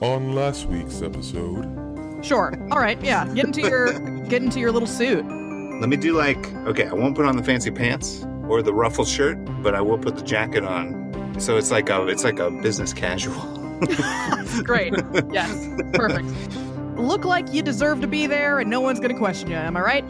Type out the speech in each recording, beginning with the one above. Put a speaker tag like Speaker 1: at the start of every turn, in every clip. Speaker 1: On last week's episode,
Speaker 2: Sure. All right. Yeah. Get into your get into your little suit.
Speaker 3: Let me do like, okay, I won't put on the fancy pants or the ruffled shirt, but I will put the jacket on. So it's like a it's like a business casual.
Speaker 2: Great. Yes. Perfect. Look like you deserve to be there, and no one's gonna question you. Am I right?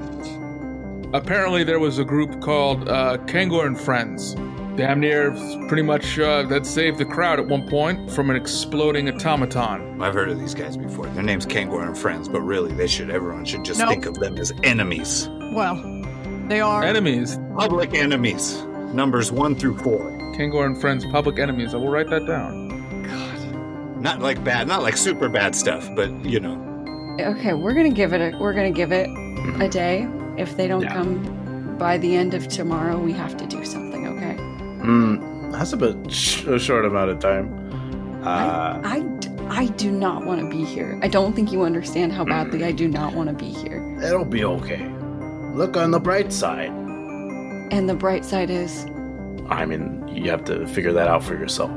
Speaker 4: Apparently, there was a group called uh, Kangor and Friends. Damn near pretty much uh, that saved the crowd at one point from an exploding automaton.
Speaker 3: I've heard of these guys before. Their name's Kangor and Friends, but really they should everyone should just
Speaker 2: Nope.
Speaker 3: think of them as enemies.
Speaker 2: Well, they are.
Speaker 4: Enemies.
Speaker 3: Public enemies. Numbers one through four.
Speaker 4: Kangor and Friends, public enemies. I will write that down.
Speaker 3: Not like bad, not like super bad stuff, but you know.
Speaker 5: Okay, we're gonna give it. A, we're gonna give it
Speaker 3: Mm-hmm.
Speaker 5: a day. If they don't
Speaker 6: Yeah.
Speaker 5: come by the end of tomorrow, we have to do something. Okay.
Speaker 6: Mm, that's a bit sh- a short amount of time. Uh,
Speaker 5: I, d- I do not want to be here. I don't think you understand how badly
Speaker 3: Mm-hmm.
Speaker 5: I do not want to be here.
Speaker 6: it'll be okay. Look on the bright side.
Speaker 5: And the bright side is,
Speaker 6: I mean, you have to figure that out for yourself.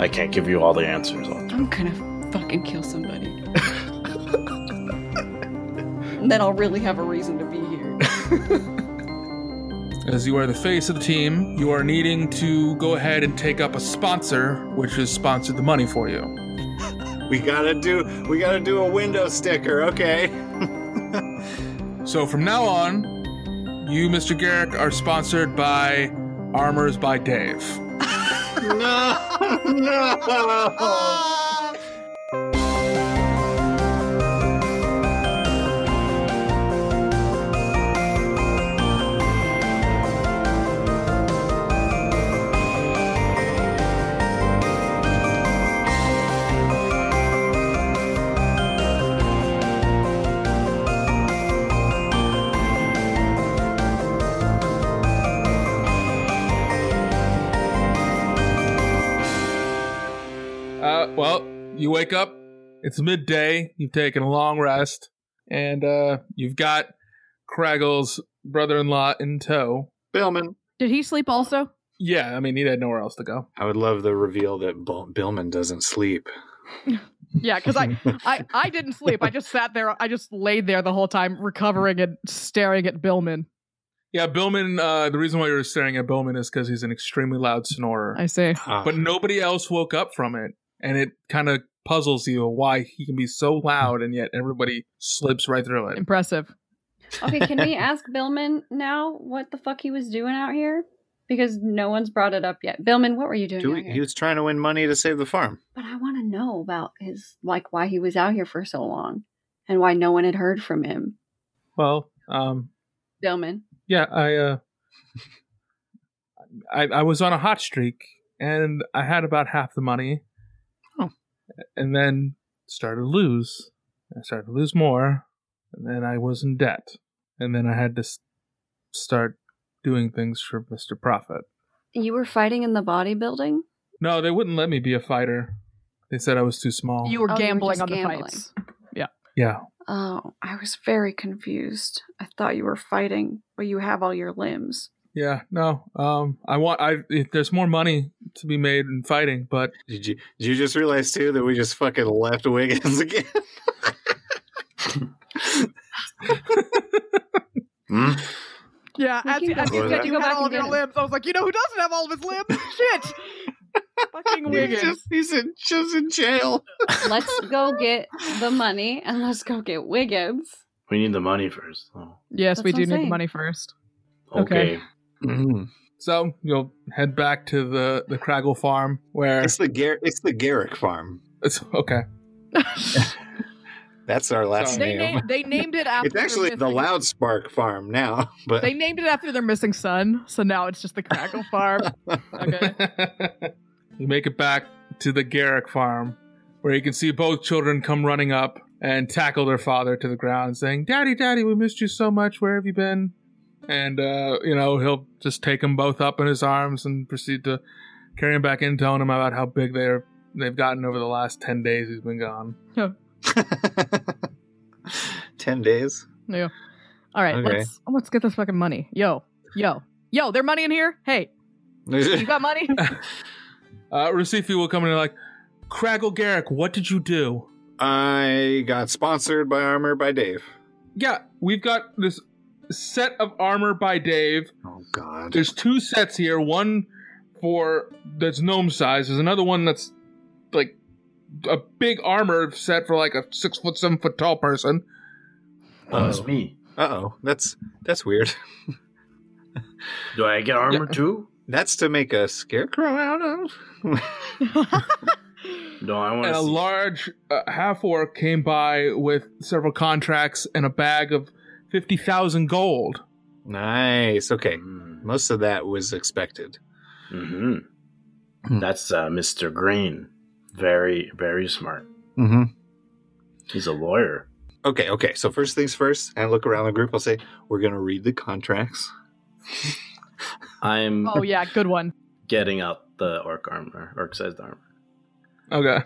Speaker 6: I can't give you all the answers. On.
Speaker 5: I'm gonna fucking kill somebody. And then I'll really have a reason to be here.
Speaker 4: As you are the face of the team, you are needing to go ahead and take up a sponsor, which has sponsored the money for you.
Speaker 3: We gotta do we gotta do a window sticker, okay.
Speaker 4: So from now on, you, Mr. Garrick, are sponsored by Armors by Dave.
Speaker 3: No no
Speaker 4: Uh, well, you wake up. It's midday. You've taken a long rest, and uh, you've got Craggle's brother-in-law in tow.
Speaker 3: Billman.
Speaker 2: Did he sleep also?
Speaker 4: Yeah, I mean, he had nowhere else to go.
Speaker 3: I would love the reveal that Bill- Billman doesn't sleep.
Speaker 2: Yeah, because I, I I didn't sleep. I just sat there. I just laid there the whole time, recovering and staring at Billman.
Speaker 4: Yeah, Billman. Uh, the reason why you're staring at Billman is because he's an extremely loud snorer,
Speaker 2: I see.
Speaker 3: Ah.
Speaker 4: but nobody else woke up from it, and it kind of puzzles you why he can be so loud and yet everybody slips right through it.
Speaker 2: Impressive.
Speaker 5: okay, can we ask Billman now what the fuck he was doing out here? Because no one's brought it up yet. Billman, what were you doing?
Speaker 3: Do
Speaker 5: out
Speaker 3: we-
Speaker 5: here?
Speaker 3: he was trying to win money to save the farm.
Speaker 5: But I want to know about his, like, why he was out here for so long and why no one had heard from him.
Speaker 4: Well, um,
Speaker 5: Billman.
Speaker 4: yeah, I, uh, I, I was on a hot streak, and I had about half the money,
Speaker 2: Oh.
Speaker 4: and then started to lose. I started to lose more, and then I was in debt, and then I had to s- start doing things for Mister Profit.
Speaker 5: You were fighting in the bodybuilding?
Speaker 4: No, they wouldn't let me be a fighter. They said I was too small.
Speaker 2: You were
Speaker 5: Oh, you were
Speaker 2: gambling
Speaker 5: just
Speaker 2: on the
Speaker 5: gambling.
Speaker 2: fights.
Speaker 4: yeah.
Speaker 5: Oh, I was very confused. I thought you were fighting, but you have all your limbs.
Speaker 4: Yeah, no. Um I want I if there's more money to be made in fighting, but
Speaker 3: Did you did you just realize too that we just fucking left Wiggins again? Hmm?
Speaker 2: Yeah,
Speaker 5: We
Speaker 2: as,
Speaker 5: can go
Speaker 2: as you
Speaker 3: back.
Speaker 2: said, you
Speaker 5: Go
Speaker 2: had
Speaker 5: back
Speaker 2: all of
Speaker 5: and
Speaker 2: your
Speaker 5: get it.
Speaker 2: limbs. I was like, you know who doesn't have all of his limbs? Shit. Fucking
Speaker 3: He's
Speaker 2: Wiggins.
Speaker 3: just he's in, just in jail.
Speaker 5: Let's go get the money and let's go get Wiggins.
Speaker 6: We need the money first. though.
Speaker 2: Yes,
Speaker 5: That's
Speaker 2: we
Speaker 5: what
Speaker 2: do
Speaker 5: I'm
Speaker 2: need the
Speaker 5: saying.
Speaker 2: money first. Okay.
Speaker 6: Okay.
Speaker 3: Mm.
Speaker 4: so you'll head back to the the Craggle farm where
Speaker 3: It's the Gar- it's the Garrick farm.
Speaker 4: it's okay.
Speaker 3: That's our last
Speaker 4: Sorry.
Speaker 2: they,
Speaker 3: name.
Speaker 2: named, they named it after.
Speaker 3: it's actually
Speaker 2: their
Speaker 3: the
Speaker 2: missing-
Speaker 3: Loud Spark farm now, but
Speaker 2: They named it after their missing son, so now it's just the Crackle Farm. Okay.
Speaker 4: you make it back to the Garrick farm where you can see both children come running up and tackle their father to the ground saying, "Daddy, daddy, we missed you so much. Where have you been?" And uh, you know, he'll just take them both up in his arms and proceed to carry them back in telling them about how big they're they've gotten over the last 10 days he's been gone.
Speaker 3: ten days.
Speaker 2: Yeah. All right,
Speaker 3: Okay.
Speaker 2: let's let's get this fucking money. Yo, yo, yo, there money in here? Hey, you got money?
Speaker 4: Uh, Rasifi will come in and like, Craggle Garrick, what did you do?
Speaker 3: I got sponsored by Armor by Dave.
Speaker 4: Yeah, we've got this set of armor by Dave.
Speaker 3: Oh God.
Speaker 4: There's two sets here. One for that's gnome size. There's another one that's like a big armor set for like a six foot, seven foot tall person.
Speaker 6: Oh, it's me.
Speaker 3: Uh oh. That's that's weird.
Speaker 6: Do I get armor too?
Speaker 3: That's to make a scarecrow out of.
Speaker 6: No, I want
Speaker 4: And a
Speaker 6: to.
Speaker 4: large uh, half orc came by with several contracts and a bag of fifty thousand gold.
Speaker 3: Nice. Okay. Most of that was expected.
Speaker 6: Mm-hmm. That's uh, Mr. Green. Very, very smart.
Speaker 3: Mm-hmm.
Speaker 6: He's a lawyer.
Speaker 3: Okay. Okay. So first things first, and look around the group. I'll say we're gonna read the contracts.
Speaker 6: I'm
Speaker 2: Oh yeah, good one.
Speaker 6: getting out the orc armor, orc sized armor.
Speaker 4: Okay.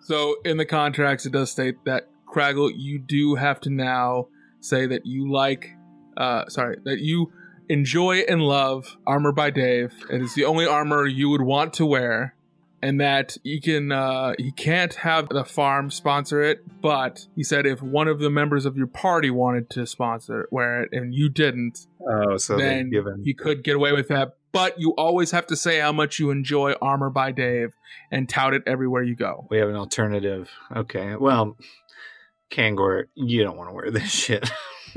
Speaker 4: So in the contracts, it does state that Craggle, you do have to now say that you like, uh, sorry, that you enjoy and love armor by Dave. It is the only armor you would want to wear, and that you can, uh, he can't have the farm sponsor it, but he said if one of the members of your party wanted to sponsor it, wear it, and you didn't,
Speaker 3: Oh, so they've
Speaker 4: then
Speaker 3: given.
Speaker 4: you could get away with that. But you always have to say how much you enjoy armor by Dave and tout it everywhere you go.
Speaker 3: We have an alternative. Okay. Well, Kangor, you don't want to wear this shit.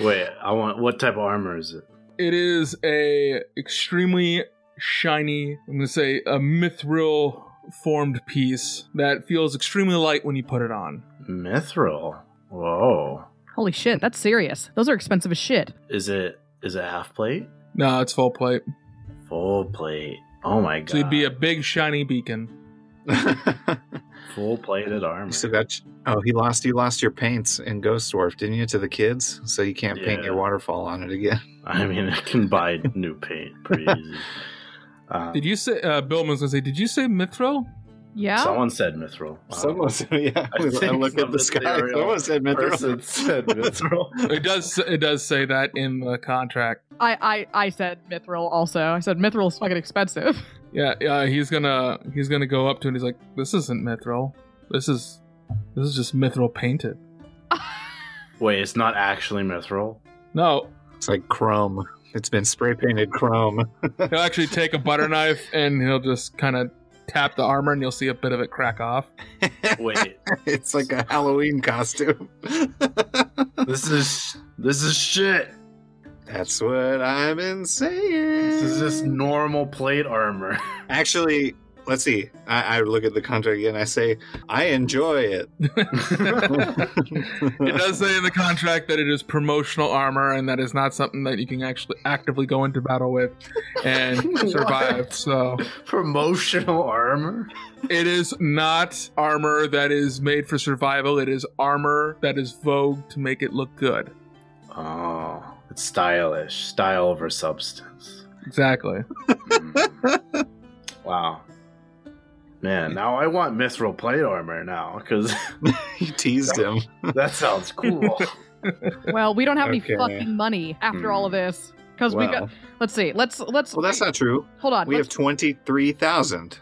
Speaker 6: Wait, I want. What type of armor is it?
Speaker 4: It is a extremely shiny, I'm gonna say a mithril formed piece that feels extremely light when you put it on.
Speaker 6: Mithril. Whoa.
Speaker 2: Holy shit, that's serious. Those are expensive as shit.
Speaker 6: Is it? Is it half plate?
Speaker 4: No, it's full plate.
Speaker 6: Full plate. Oh my god.
Speaker 4: So you'd be a big shiny beacon.
Speaker 6: full plated armor.
Speaker 3: so that's oh, he lost. You lost your paints in Ghost Dwarf, didn't you, to the kids? So you can't paint
Speaker 6: Yeah.
Speaker 3: your waterfall on it again.
Speaker 6: I mean, I can buy new paint pretty easy. Uh,
Speaker 4: Did you say uh, Billman's gonna say? Did you say mithril?
Speaker 2: Yeah.
Speaker 6: Someone said mithril. Wow.
Speaker 3: Someone said, yeah. I,
Speaker 6: I think
Speaker 3: look at
Speaker 6: some
Speaker 3: the sky.
Speaker 6: ethereal
Speaker 3: Someone said
Speaker 6: person
Speaker 3: Mithril.
Speaker 6: said mithril.
Speaker 4: It does. It does say that in the contract.
Speaker 2: I, I I said mithril also. I said mithril's fucking expensive.
Speaker 4: Yeah, uh, he's gonna he's gonna go up to it. and He's like, "This isn't mithril. This is this is just mithril painted."
Speaker 6: Wait, it's not actually mithril.
Speaker 4: No,
Speaker 3: It's like chrome. It's been spray painted chrome.
Speaker 4: He'll actually take a butter knife and he'll just kind of tap the armor and you'll see a bit of it crack off.
Speaker 6: Wait,
Speaker 3: It's like a Halloween costume.
Speaker 6: this is this is shit.
Speaker 3: That's what I've been saying.
Speaker 6: This is just normal plate armor.
Speaker 3: Actually, let's see. I, I look at the contract again. I say, I enjoy it.
Speaker 4: It does say in the contract that it is promotional armor and that is not something that you can actually actively go into battle with and survive. So
Speaker 6: Promotional armor.
Speaker 4: it is not armor that is made for survival. It is armor that is vogue to make it look good.
Speaker 6: Oh, it's stylish. Style over substance.
Speaker 4: Exactly.
Speaker 6: Mm. wow. Man, now I want mithril plate armor now because
Speaker 3: you teased him.
Speaker 6: that sounds cool.
Speaker 2: Well, we don't have
Speaker 3: Okay. Hmm.
Speaker 2: any fucking money after all of this. Because we
Speaker 3: Well,
Speaker 2: got let's see. Let's let's
Speaker 3: well, that's not true.
Speaker 2: hold on.
Speaker 3: We have
Speaker 2: let's-
Speaker 3: 23,000.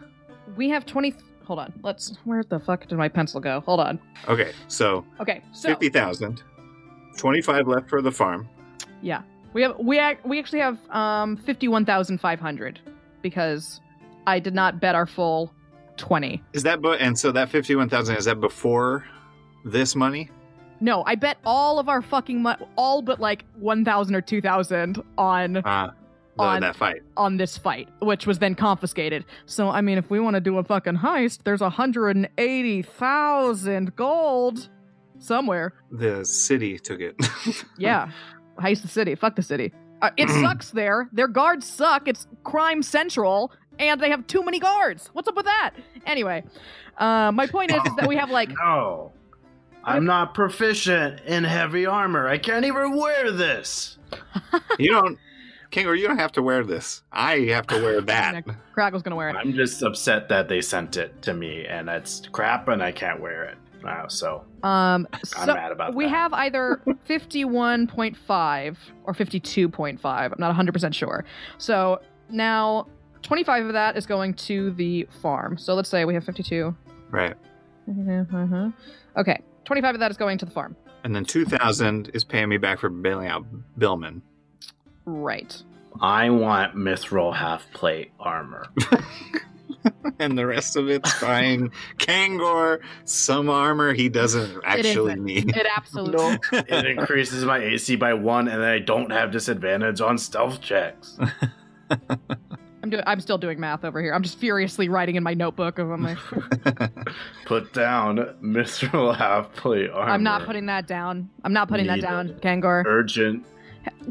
Speaker 2: we have twenty hold on. Let's where the fuck did my pencil go? Hold on.
Speaker 3: Okay, so
Speaker 2: Okay, so
Speaker 3: 50,000. 25 left for the farm.
Speaker 2: We have we ac- we actually have um fifty one thousand five hundred because I did not bet our full twenty.
Speaker 3: Is that, but and so that 51,000, is that before this money?
Speaker 2: No, I bet all of our fucking mo- all but like one thousand or two thousand on
Speaker 3: Uh, the,
Speaker 2: On-
Speaker 3: that fight.
Speaker 2: on this fight, which was then confiscated. So I mean, if we want to do a fucking heist, there's hundred and eighty thousand gold somewhere.
Speaker 3: The city took it.
Speaker 2: Yeah, heist the city. Fuck the city. Uh, it
Speaker 6: Mm.
Speaker 2: sucks there. Their guards suck. It's crime central, and they have too many guards. What's up with that? Anyway, uh, my point is, is that we have like
Speaker 6: No. I'm not proficient in heavy armor. I can't even wear this.
Speaker 3: you don't, Kangaroo, you don't have to wear this. I have to wear that.
Speaker 2: Craggle's gonna wear it.
Speaker 6: I'm just upset that they sent it to me and it's crap and I can't wear it. Wow, so
Speaker 2: Um,
Speaker 6: I'm
Speaker 2: so
Speaker 6: mad about
Speaker 2: we
Speaker 6: that.
Speaker 2: have either fifty-one point five or fifty-two point five. I'm not one hundred percent sure. So now 25 of that is going to the farm. So let's say we have 52.
Speaker 3: Right.
Speaker 2: Uh-huh. Okay. 25 of that is going to the farm.
Speaker 3: And then 2000 is paying me back for bailing out Billman.
Speaker 2: Right.
Speaker 6: I want Mithril half plate armor.
Speaker 3: and the rest of it's buying Kangor some armor he doesn't actually
Speaker 2: isn't.
Speaker 3: need.
Speaker 2: It absolutely.
Speaker 6: No, it increases my AC by one, and then I don't have disadvantage on stealth checks.
Speaker 2: I'm doing. I'm still doing math over here. I'm just furiously writing in my notebook. Of I'm like,
Speaker 6: Put down Mithril half plate armor.
Speaker 2: I'm not putting that down. I'm not putting that down,
Speaker 6: Needed.
Speaker 2: Kangor.
Speaker 6: urgent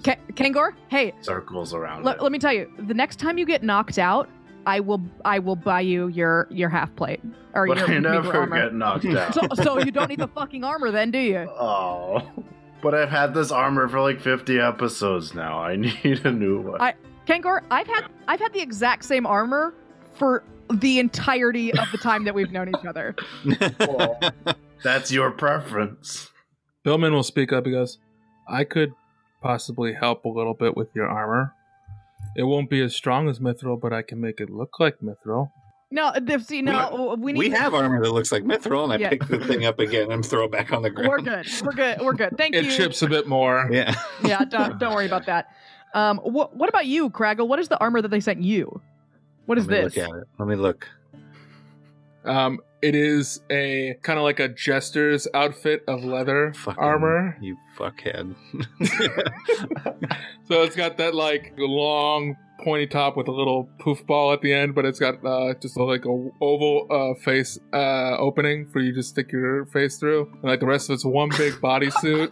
Speaker 2: Ka- Kangor, hey,
Speaker 6: circles around.
Speaker 2: let,
Speaker 6: it.
Speaker 2: let me tell you. The next time you get knocked out, I will. I will buy you your your half plate or
Speaker 6: but
Speaker 2: your
Speaker 6: I
Speaker 2: meager
Speaker 6: never
Speaker 2: armor.
Speaker 6: get knocked out.
Speaker 2: So, so you don't need the fucking armor, then, do you?
Speaker 6: oh, but I've had this armor for like 50 episodes now. I need a new one.
Speaker 2: I- Kangor, I've had I've had the exact same armor for the entirety of the time that we've known each other.
Speaker 6: Well, That's your preference.
Speaker 4: Billman will speak up. He goes, I could possibly help a little bit with your armor. It won't be as strong as Mithril, but I can make it look like Mithril.
Speaker 2: No, if- see, no, we
Speaker 3: we,
Speaker 2: need.
Speaker 3: have armor that looks like Mithril, and I
Speaker 2: Yeah.
Speaker 3: pick the thing up again and throw it back on the ground.
Speaker 2: We're good. We're good. We're good. Thank
Speaker 4: It
Speaker 2: you.
Speaker 4: chips a bit more.
Speaker 3: Yeah.
Speaker 2: Yeah, don't, don't worry about that. Um, wh- what about you, Craggle? What is the armor that they sent you? What is
Speaker 3: Let me
Speaker 2: this?
Speaker 3: Look at it. Let me look.
Speaker 4: Um, it is a kind of like a jester's outfit of leather
Speaker 3: Fucking-
Speaker 4: armor.
Speaker 3: You fuckhead.
Speaker 4: So it's got that like long pointy top with a little poof ball at the end, but it's got uh, just like a oval uh, face uh, opening for you to stick your face through, and like the rest of it's one big bodysuit.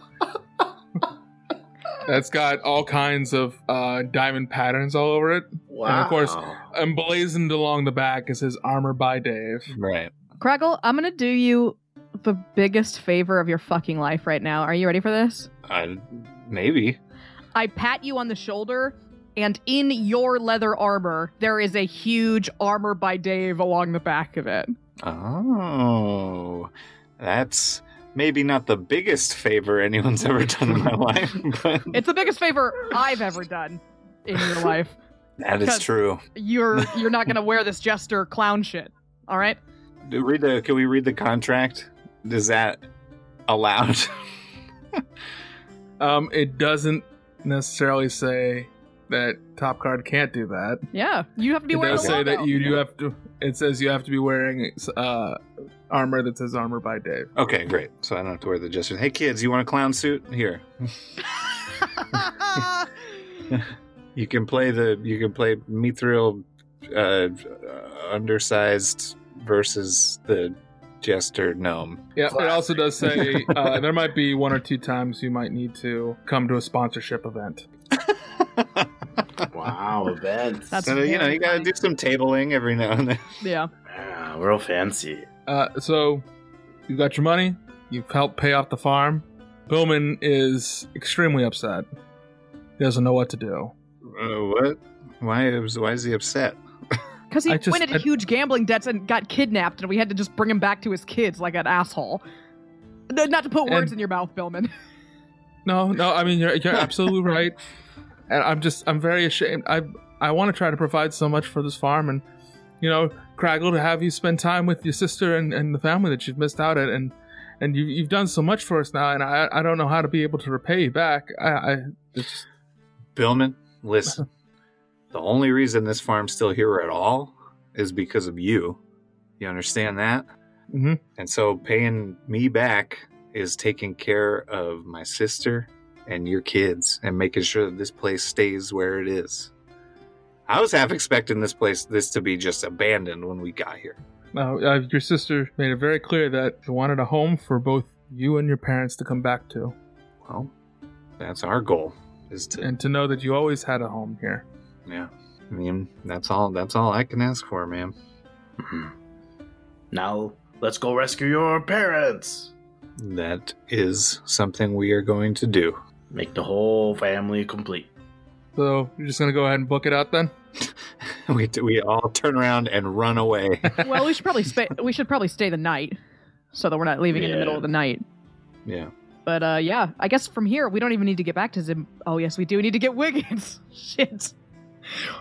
Speaker 4: That's got all kinds of uh, diamond patterns all over it.
Speaker 6: Wow.
Speaker 4: of course- Emblazoned along the back is his armor by Dave.
Speaker 3: right.
Speaker 2: Craggle, I'm gonna do you the biggest favor of your fucking life right now. Are you ready for this?
Speaker 3: I, maybe.
Speaker 2: I pat you on the shoulder, and in your leather armor, there is a huge armor by Dave along the back of it.
Speaker 3: Oh. That's maybe not the biggest favor anyone's ever done in my life, but
Speaker 2: It's the biggest favor I've ever done in your life.
Speaker 3: that is
Speaker 2: because-
Speaker 3: true.
Speaker 2: You're you're not gonna wear this jester clown shit. All right.
Speaker 3: Do- Read the. Can we read the contract? Is that allowed?
Speaker 4: Um, it doesn't necessarily say that Top Card can't do that.
Speaker 2: Yeah, you have to be
Speaker 4: it
Speaker 2: wearing
Speaker 4: does
Speaker 2: the
Speaker 4: say that
Speaker 2: logo.
Speaker 4: you do have to. It says you have to be wearing uh, armor that says armor by Dave.
Speaker 3: okay, great. So I don't have to wear the gesture. Hey, kids, you want a clown suit? Here, you can play the. You can play Mithril, uh, uh, undersized versus the jester gnome.
Speaker 4: Yeah, it
Speaker 6: Classic.
Speaker 4: also does say uh, there might be one or two times you might need to come to a sponsorship event.
Speaker 6: Wow, events.
Speaker 2: That's-
Speaker 3: so you know you gotta do some tabling every now and then.
Speaker 2: yeah.
Speaker 6: Yeah, real fancy.
Speaker 4: Uh, so you got your money. You've helped pay off the farm. Billman is extremely upset. He doesn't know what to do.
Speaker 3: Uh, what? Why is why is he upset?
Speaker 2: Because he
Speaker 4: I just-
Speaker 2: went into
Speaker 4: I-
Speaker 2: huge gambling debts and got kidnapped, and we had to just bring him back to his kids like an asshole. No, Not to put
Speaker 4: And-
Speaker 2: words in your mouth, Billman.
Speaker 4: No, no. I mean, you're you're absolutely right. And I'm just I'm very ashamed. I I want to try to provide so much for this farm, and you know, Craggle, to have you spend time with your sister and, and the family that you've missed out at, and and you you've done so much for us now, and I I don't know how to be able to repay you back. I, I it's just,
Speaker 3: Billman, listen. the only reason this farm's still here at all is because of you. You understand that?
Speaker 4: Mhm.
Speaker 3: And so paying me back is taking care of my sister and your kids and making sure that this place stays where it is. I was half expecting this place this to be just abandoned when we got here.
Speaker 4: uh, uh, your sister made it very clear that she wanted a home for both you and your parents to come back to,
Speaker 3: Well, that's our goal is to
Speaker 4: and to know that you always had a home here.
Speaker 3: yeah. I mean, that's all that's all I can ask for, man.
Speaker 6: Now let's go rescue your parents.
Speaker 3: That is something we are going to do.
Speaker 6: Make the whole family complete.
Speaker 4: So you're just gonna go ahead and book it out then.
Speaker 3: we we all turn around and run away.
Speaker 2: well, we should probably spa- we should probably stay the night, so that we're not leaving in the
Speaker 6: Yeah.
Speaker 2: middle of the night.
Speaker 3: yeah.
Speaker 2: But uh, yeah, I guess from here we don't even need to get back to Zim. Oh yes, we do need to get Wiggins. Shit.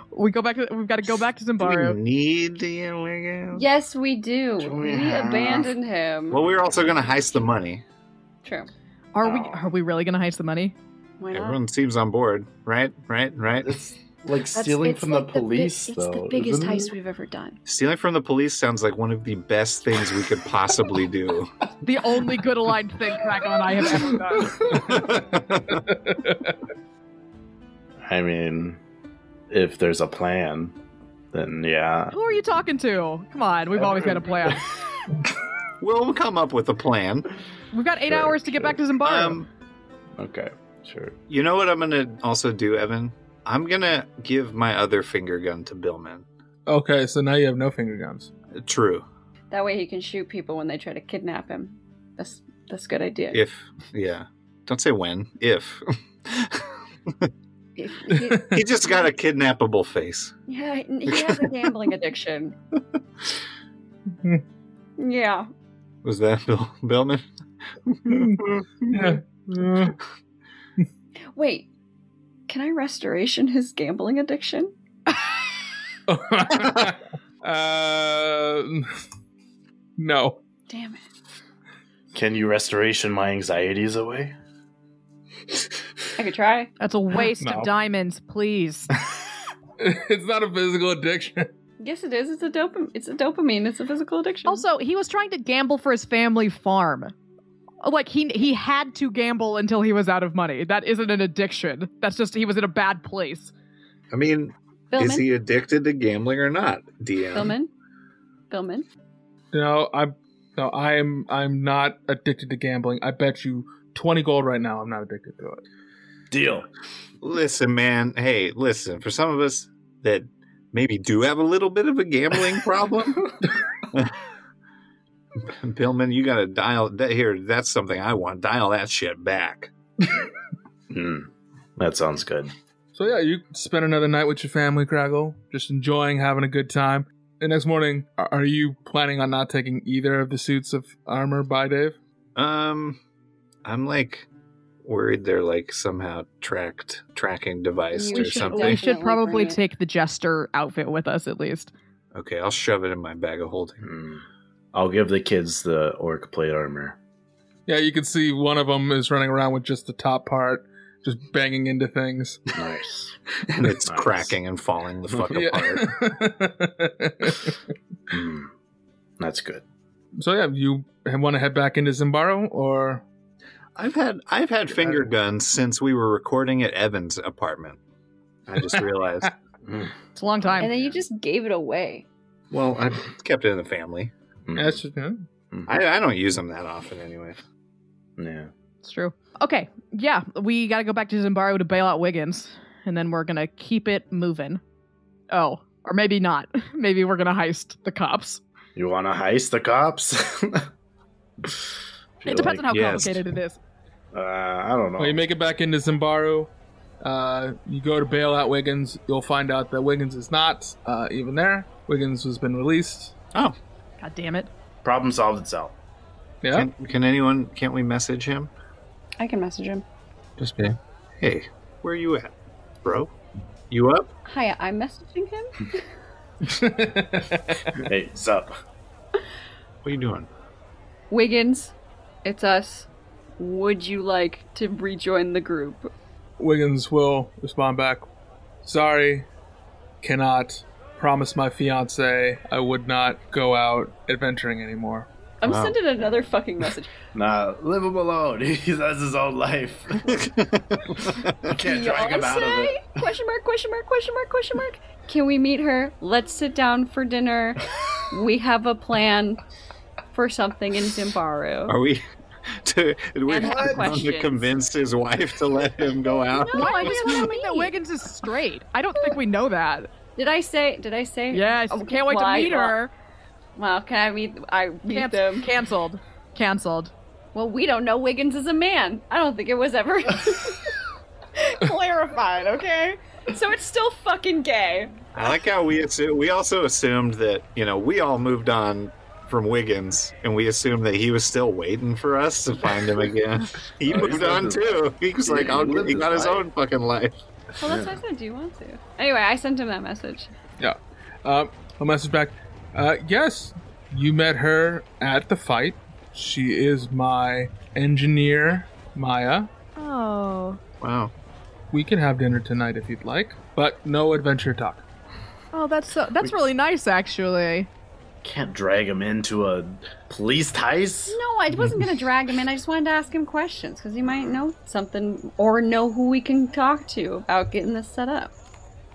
Speaker 2: We go back. To, we've got to go back to
Speaker 3: Do we
Speaker 2: Zimbaru.
Speaker 3: need the Amigo?
Speaker 5: Yes, we do.
Speaker 6: Do we
Speaker 5: We
Speaker 6: have-
Speaker 5: abandoned him.
Speaker 3: Well, we were also going to heist the money.
Speaker 5: True.
Speaker 2: Are we?
Speaker 6: Oh.
Speaker 2: Are we really gonna heist the money?
Speaker 5: Why not?
Speaker 3: Everyone seems on board, right? Right? Right?
Speaker 6: It's like stealing
Speaker 5: it's
Speaker 6: from
Speaker 5: like
Speaker 6: the
Speaker 5: bi-
Speaker 6: police, though.
Speaker 5: It's the biggest
Speaker 6: isn't it?
Speaker 5: heist we've ever done.
Speaker 3: Stealing from the police sounds like one of the best things we could possibly do.
Speaker 2: The only good aligned thing Kragon I have ever done.
Speaker 6: I mean, if there's a plan, then yeah.
Speaker 2: Who are you talking to? Come on, we've always got a plan.
Speaker 3: we'll come up with a plan.
Speaker 2: We've got eight
Speaker 6: Sure,
Speaker 2: hours to get
Speaker 6: sure.
Speaker 2: back to Zimbaru.
Speaker 3: Um,
Speaker 6: okay, sure.
Speaker 3: you know what I'm going to also do, Evan? I'm going to give my other finger gun to Billman.
Speaker 4: Okay, so now you have no finger guns.
Speaker 3: True.
Speaker 5: That way he can shoot people when they try to kidnap him. That's that's a good idea.
Speaker 3: If, yeah. Don't say when. If.
Speaker 5: If he,
Speaker 3: he just got a kidnappable face.
Speaker 5: yeah, he has a gambling addiction.
Speaker 3: Hmm.
Speaker 5: Yeah.
Speaker 3: Was that Bill Billman?
Speaker 4: Yeah. Uh,
Speaker 5: Wait, can I restoration his gambling addiction?
Speaker 4: uh, no.
Speaker 5: Damn it.
Speaker 6: Can you restoration my anxieties away?
Speaker 5: I could try.
Speaker 2: That's a waste
Speaker 4: No.
Speaker 2: of diamonds, please.
Speaker 4: It's not a physical addiction.
Speaker 5: Yes, it is. It's a dopamine. It's a dopamine. It's a physical addiction.
Speaker 2: also, he was trying to gamble for his family farm. Like he he had to gamble until he was out of money. That isn't an addiction. That's just he was in a bad place.
Speaker 3: I mean,
Speaker 5: Billman.
Speaker 3: is he uh, addicted to gambling or not, DM?
Speaker 5: Billman. Billman.
Speaker 4: No, I'm no, I'm I'm not addicted to gambling. I bet you twenty gold right now. I'm not addicted to it.
Speaker 6: Deal.
Speaker 3: Listen, man. Hey, listen. For some of us that maybe do have a little bit of a gambling problem, Billman, you got to dial that here. That's something I want. Dial that shit back.
Speaker 6: Mm, that sounds good.
Speaker 4: So yeah, you spend another night with your family, Craggle, just enjoying having a good time. The next morning, are are you planning on not taking either of the suits of armor by Dave?
Speaker 3: Um, I'm like worried they're like somehow tracked tracking device
Speaker 5: We
Speaker 3: or
Speaker 5: should
Speaker 2: We
Speaker 3: something.
Speaker 5: definitely-
Speaker 2: should probably
Speaker 5: bring it.
Speaker 2: take the jester outfit with us at least.
Speaker 3: Okay, I'll shove it in my bag of holding.
Speaker 6: Mm. I'll give the kids the orc plate armor.
Speaker 4: Yeah, you can see one of them is running around with just the top part, just banging into things.
Speaker 6: Nice.
Speaker 3: and it's
Speaker 6: Nice.
Speaker 3: cracking and falling the fuck
Speaker 4: Yeah.
Speaker 3: apart.
Speaker 6: Mm, that's good.
Speaker 4: so yeah, you want to head back into Zimbaro, or
Speaker 3: I've had I've had finger guns since we were recording at Evan's apartment. I just realized.
Speaker 6: Mm.
Speaker 2: It's a long time.
Speaker 5: And then you just gave it away.
Speaker 3: well, I kept it in the family.
Speaker 6: Hmm,
Speaker 4: Yeah, that's just, yeah.
Speaker 6: Mm.
Speaker 3: I, I don't use them that often anyway.
Speaker 6: yeah.
Speaker 2: It's true. Okay, yeah, we got to go back to Zimbaro to bail out Wiggins, and then we're gonna keep it moving. Oh, or maybe not. Maybe we're gonna heist the cops.
Speaker 6: You want to heist the cops?
Speaker 2: It depends on how
Speaker 3: yes.
Speaker 2: complicated it is.
Speaker 6: how. Uh, I don't know.
Speaker 4: Well, you make it back into Zimbaru. Uh, you go to bail out Wiggins. You'll find out that Wiggins is not uh, even there. Wiggins has been released.
Speaker 2: God damn it.
Speaker 6: Problem solved itself.
Speaker 4: Yeah.
Speaker 3: Can, can anyone? Can't we message him?
Speaker 5: I can message him.
Speaker 3: Just be. Hey, where you at, bro? You up?
Speaker 5: Hi, I'm messaging him.
Speaker 6: Hey, what's up?
Speaker 3: What you doing?
Speaker 5: Wiggins, it's us. Would you like to rejoin the group?
Speaker 4: Wiggins will respond back. Sorry, cannot. Promise my fiance I would not go out adventuring anymore.
Speaker 5: I'm
Speaker 3: Wow.
Speaker 5: sending another fucking message.
Speaker 6: Nah, leave him alone. He has his own life. I can't drag him out of
Speaker 5: Beyonce?
Speaker 6: it.
Speaker 5: Question mark, question mark, question mark, question mark. Can we meet her? Let's sit down for dinner. we have a plan for something in Zimbaru.
Speaker 2: Oh.
Speaker 3: Are we? To, did we
Speaker 5: And have
Speaker 3: have to
Speaker 5: questions.
Speaker 3: convince his wife to let him go out?
Speaker 5: No,
Speaker 2: No,
Speaker 5: I
Speaker 2: I'm
Speaker 5: just
Speaker 2: just
Speaker 5: wanna
Speaker 2: assuming that
Speaker 5: meet.
Speaker 2: Wiggins is straight. I don't think we know that.
Speaker 5: Did I say? Did I say?
Speaker 2: Yes,
Speaker 5: Oh,
Speaker 2: can't wait to
Speaker 5: well, I-
Speaker 2: meet her.
Speaker 5: Well, can I meet? I meet
Speaker 2: Canc-
Speaker 5: them.
Speaker 2: Canceled. Canceled.
Speaker 5: Well, we don't know Wiggins is a man. I don't think it was ever clarified. Okay, so it's still fucking gay.
Speaker 3: I like how we assume, we also assumed that you know we all moved on from Wiggins, and we assumed that he was still waiting for us to find him again. He
Speaker 6: Oh, he's
Speaker 3: moved on
Speaker 6: lived his-
Speaker 3: too. He was
Speaker 6: Yeah,
Speaker 3: like,
Speaker 6: he
Speaker 3: I'll,
Speaker 6: lived
Speaker 3: he
Speaker 6: his
Speaker 3: got his
Speaker 6: life.
Speaker 3: own fucking life.
Speaker 5: Well, that's what I said. Do you want to? Anyway, I sent him that message.
Speaker 4: Um, a message back. Uh, yes, you met her at the fight. She is my engineer, Maya.
Speaker 2: Oh.
Speaker 3: Wow.
Speaker 4: We can have dinner tonight if you'd like, but no adventure talk.
Speaker 2: Oh, that's so, that's really nice, actually.
Speaker 6: Can't drag him into a police heist.
Speaker 5: No, I wasn't gonna drag him in. I just wanted to ask him questions because he might know something or know who we can talk to about getting this set up.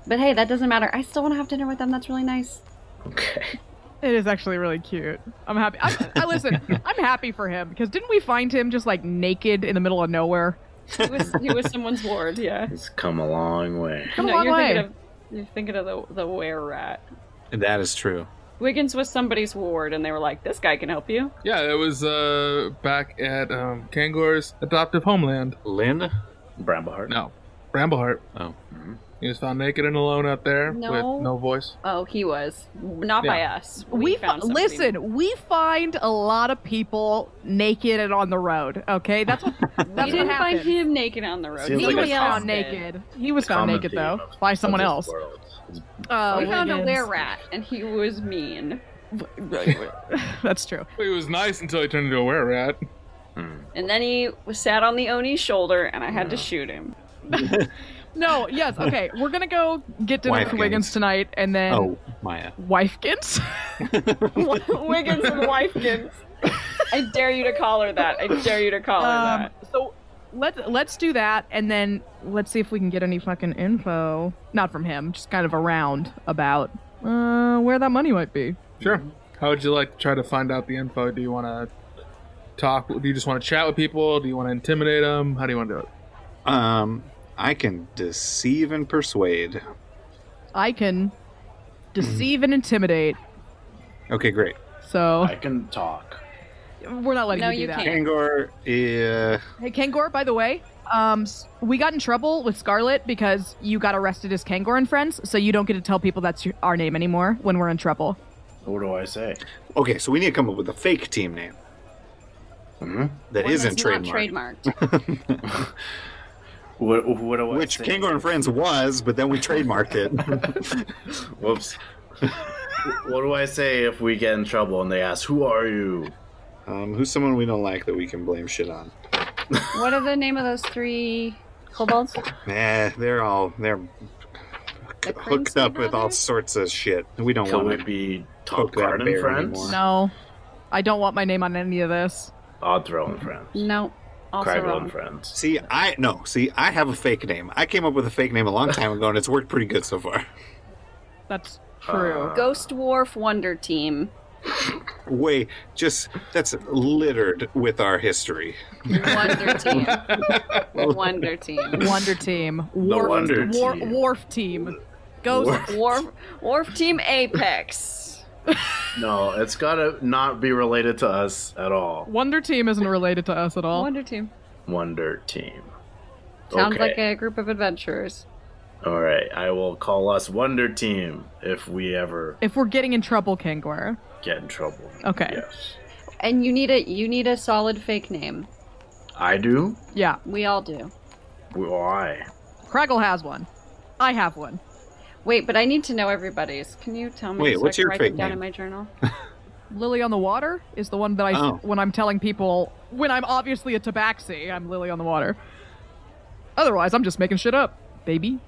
Speaker 5: But hey, that doesn't matter. I still want to have dinner with them. That's really nice.
Speaker 6: Okay.
Speaker 2: It is actually really cute. I'm happy. I, I listen. I'm happy for him because didn't we find him just like naked in the middle of nowhere?
Speaker 5: He was, he was someone's ward. Yeah.
Speaker 6: He's come a long way.
Speaker 2: Come a long
Speaker 5: you're
Speaker 2: way.
Speaker 5: Thinking of, you're thinking of the the were rat.
Speaker 3: That is true.
Speaker 5: Wiggins was somebody's ward, and they were like, "This guy can help you."
Speaker 4: Yeah, it was uh, back at um, Kangor's adoptive homeland.
Speaker 3: Lynn?
Speaker 6: Brambleheart.
Speaker 4: No, Brambleheart. Mm-hmm.
Speaker 3: Oh.
Speaker 4: He was found naked and alone out there
Speaker 5: No.
Speaker 4: with no voice.
Speaker 5: Oh, he was not by us.
Speaker 2: We,
Speaker 5: We,
Speaker 2: fi-
Speaker 5: found somebody.
Speaker 2: listen. We find a lot of people naked and on the road. Okay, that's what
Speaker 5: We
Speaker 2: that's what
Speaker 5: didn't find
Speaker 2: happened.
Speaker 5: him naked on the road.
Speaker 6: Seems
Speaker 2: He
Speaker 6: like
Speaker 2: was
Speaker 6: a
Speaker 2: found
Speaker 6: common-
Speaker 2: naked. He was found
Speaker 6: Common
Speaker 2: naked
Speaker 6: theme
Speaker 2: though
Speaker 6: of-
Speaker 2: by
Speaker 6: of
Speaker 2: someone
Speaker 6: this
Speaker 2: else.
Speaker 6: world. It's
Speaker 2: Uh,
Speaker 5: We found a
Speaker 2: Wiggins.
Speaker 5: were rat, and he was mean.
Speaker 2: That's true.
Speaker 4: He was nice until he turned into a were rat.
Speaker 5: And then he was sat on the Oni's shoulder, and I had to shoot him.
Speaker 2: No. Yes. Okay. We're gonna go get dinner with
Speaker 3: Wifekins.
Speaker 2: Wiggins tonight, and then
Speaker 3: Oh, Maya.
Speaker 2: Wifekins.
Speaker 5: Wiggins and Wifekins. I dare you to call her that. I dare you to call her
Speaker 2: Um,
Speaker 5: that.
Speaker 2: so let let's do that, and then let's see if we can get any fucking info. Not from him, just kind of around about uh, where that money might be.
Speaker 4: Sure. How would you like to try to find out the info? Do you want to talk? Do you just want to chat with people? Do you want to intimidate them? How do you want to do it?
Speaker 3: Um, I can deceive and persuade.
Speaker 2: I can deceive and intimidate.
Speaker 3: Okay, great.
Speaker 2: So
Speaker 6: I can talk.
Speaker 2: we're not letting
Speaker 5: No,
Speaker 2: you do
Speaker 5: you
Speaker 2: that.
Speaker 5: can't.
Speaker 3: Kangor, uh,
Speaker 2: Hey, Kangor, by the way, um, s- we got in trouble with Scarlet because you got arrested as Kangor and friends, so you don't get to tell people that's your, our name anymore when we're in trouble.
Speaker 6: What do I say?
Speaker 3: okay, so we need to come up with a fake team name
Speaker 6: Mhm.
Speaker 3: that
Speaker 5: One
Speaker 3: not
Speaker 5: that's not
Speaker 3: trademark.
Speaker 5: trademarked.
Speaker 6: What, what do I
Speaker 3: Which
Speaker 6: say?
Speaker 3: Kangor and Friends was, but then we trademarked it.
Speaker 6: Whoops. what do I say if we get in trouble and they ask, "Who are you?"
Speaker 3: um, who's someone we don't like that we can blame shit on?
Speaker 5: what are the name of those three kobolds?
Speaker 3: Eh, they're all they're
Speaker 5: The
Speaker 3: hooked up with all
Speaker 5: Crimson
Speaker 3: sorts of shit. We don't
Speaker 6: Can we
Speaker 3: want to.
Speaker 6: be
Speaker 3: poke
Speaker 6: Top
Speaker 3: that
Speaker 6: Garden
Speaker 3: bear
Speaker 6: friends?
Speaker 3: anymore.
Speaker 2: No, I don't want my name on any of this.
Speaker 6: Odd Throne friends.
Speaker 5: Brothers? No. Also
Speaker 6: Craggle
Speaker 5: wrong.
Speaker 6: and friends.
Speaker 3: See, I no. See, I have a fake name. I came up with a fake name a long time ago, and it's worked pretty good so far.
Speaker 2: That's true.
Speaker 6: Uh,
Speaker 5: Ghost Wharf Wonder Team.
Speaker 3: Way, just that's littered with our history.
Speaker 5: Wonder Team. Wonder Team.
Speaker 2: Wonder Team. Wharf,
Speaker 6: Wonder
Speaker 2: War,
Speaker 6: Team.
Speaker 2: Wharf Team. Ghost.
Speaker 5: Wharf, Wharf Team Apex.
Speaker 6: No, it's gotta not be related to us at all.
Speaker 2: Wonder Team isn't related to us at all.
Speaker 5: Wonder Team.
Speaker 6: Wonder Team.
Speaker 5: Sounds
Speaker 6: okay.
Speaker 5: like a group of adventurers.
Speaker 6: All right, I will call us Wonder Team if we ever
Speaker 2: If we're getting in trouble, Kangor.
Speaker 6: get in trouble.
Speaker 2: Okay.
Speaker 6: Yes.
Speaker 5: And you need a you need a solid fake name.
Speaker 6: I do.
Speaker 2: Yeah.
Speaker 5: We all do.
Speaker 6: Why?
Speaker 2: Craggle has one. I have one.
Speaker 5: Wait, but I need to know everybody's. Can you tell me?
Speaker 3: Wait,
Speaker 5: so I
Speaker 3: what's
Speaker 5: can
Speaker 3: your
Speaker 5: write
Speaker 3: fake
Speaker 5: them down
Speaker 3: name?
Speaker 5: in my journal?
Speaker 2: Lily on the Water is the one that I
Speaker 3: Oh.
Speaker 2: when I'm telling people when I'm obviously a tabaxi, I'm Lily on the Water. Otherwise, I'm just making shit up, baby.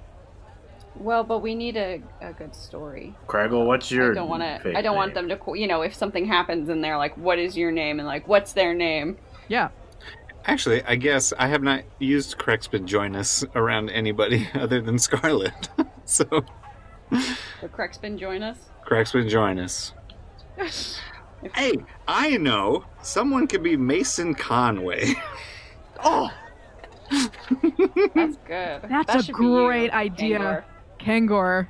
Speaker 5: Well, but we need a, a good story.
Speaker 6: Craggle, what's your?
Speaker 5: I don't want
Speaker 6: fake
Speaker 5: to. I don't want
Speaker 6: name?
Speaker 5: them to. qu- You know, if something happens and they're like, "What is your name?" and like, "What's their name?"
Speaker 2: Yeah.
Speaker 3: Actually, I guess I have not used Crexpin Join Us around anybody other than Scarlet. so,
Speaker 5: Will Crexpin join us?
Speaker 3: Crexpin Join Us. Hey, I know someone could be Mason Conway.
Speaker 2: Oh,
Speaker 5: That's good.
Speaker 2: That's
Speaker 5: That
Speaker 2: a
Speaker 5: should be you,
Speaker 2: great idea.
Speaker 5: Angor.
Speaker 2: Kangor.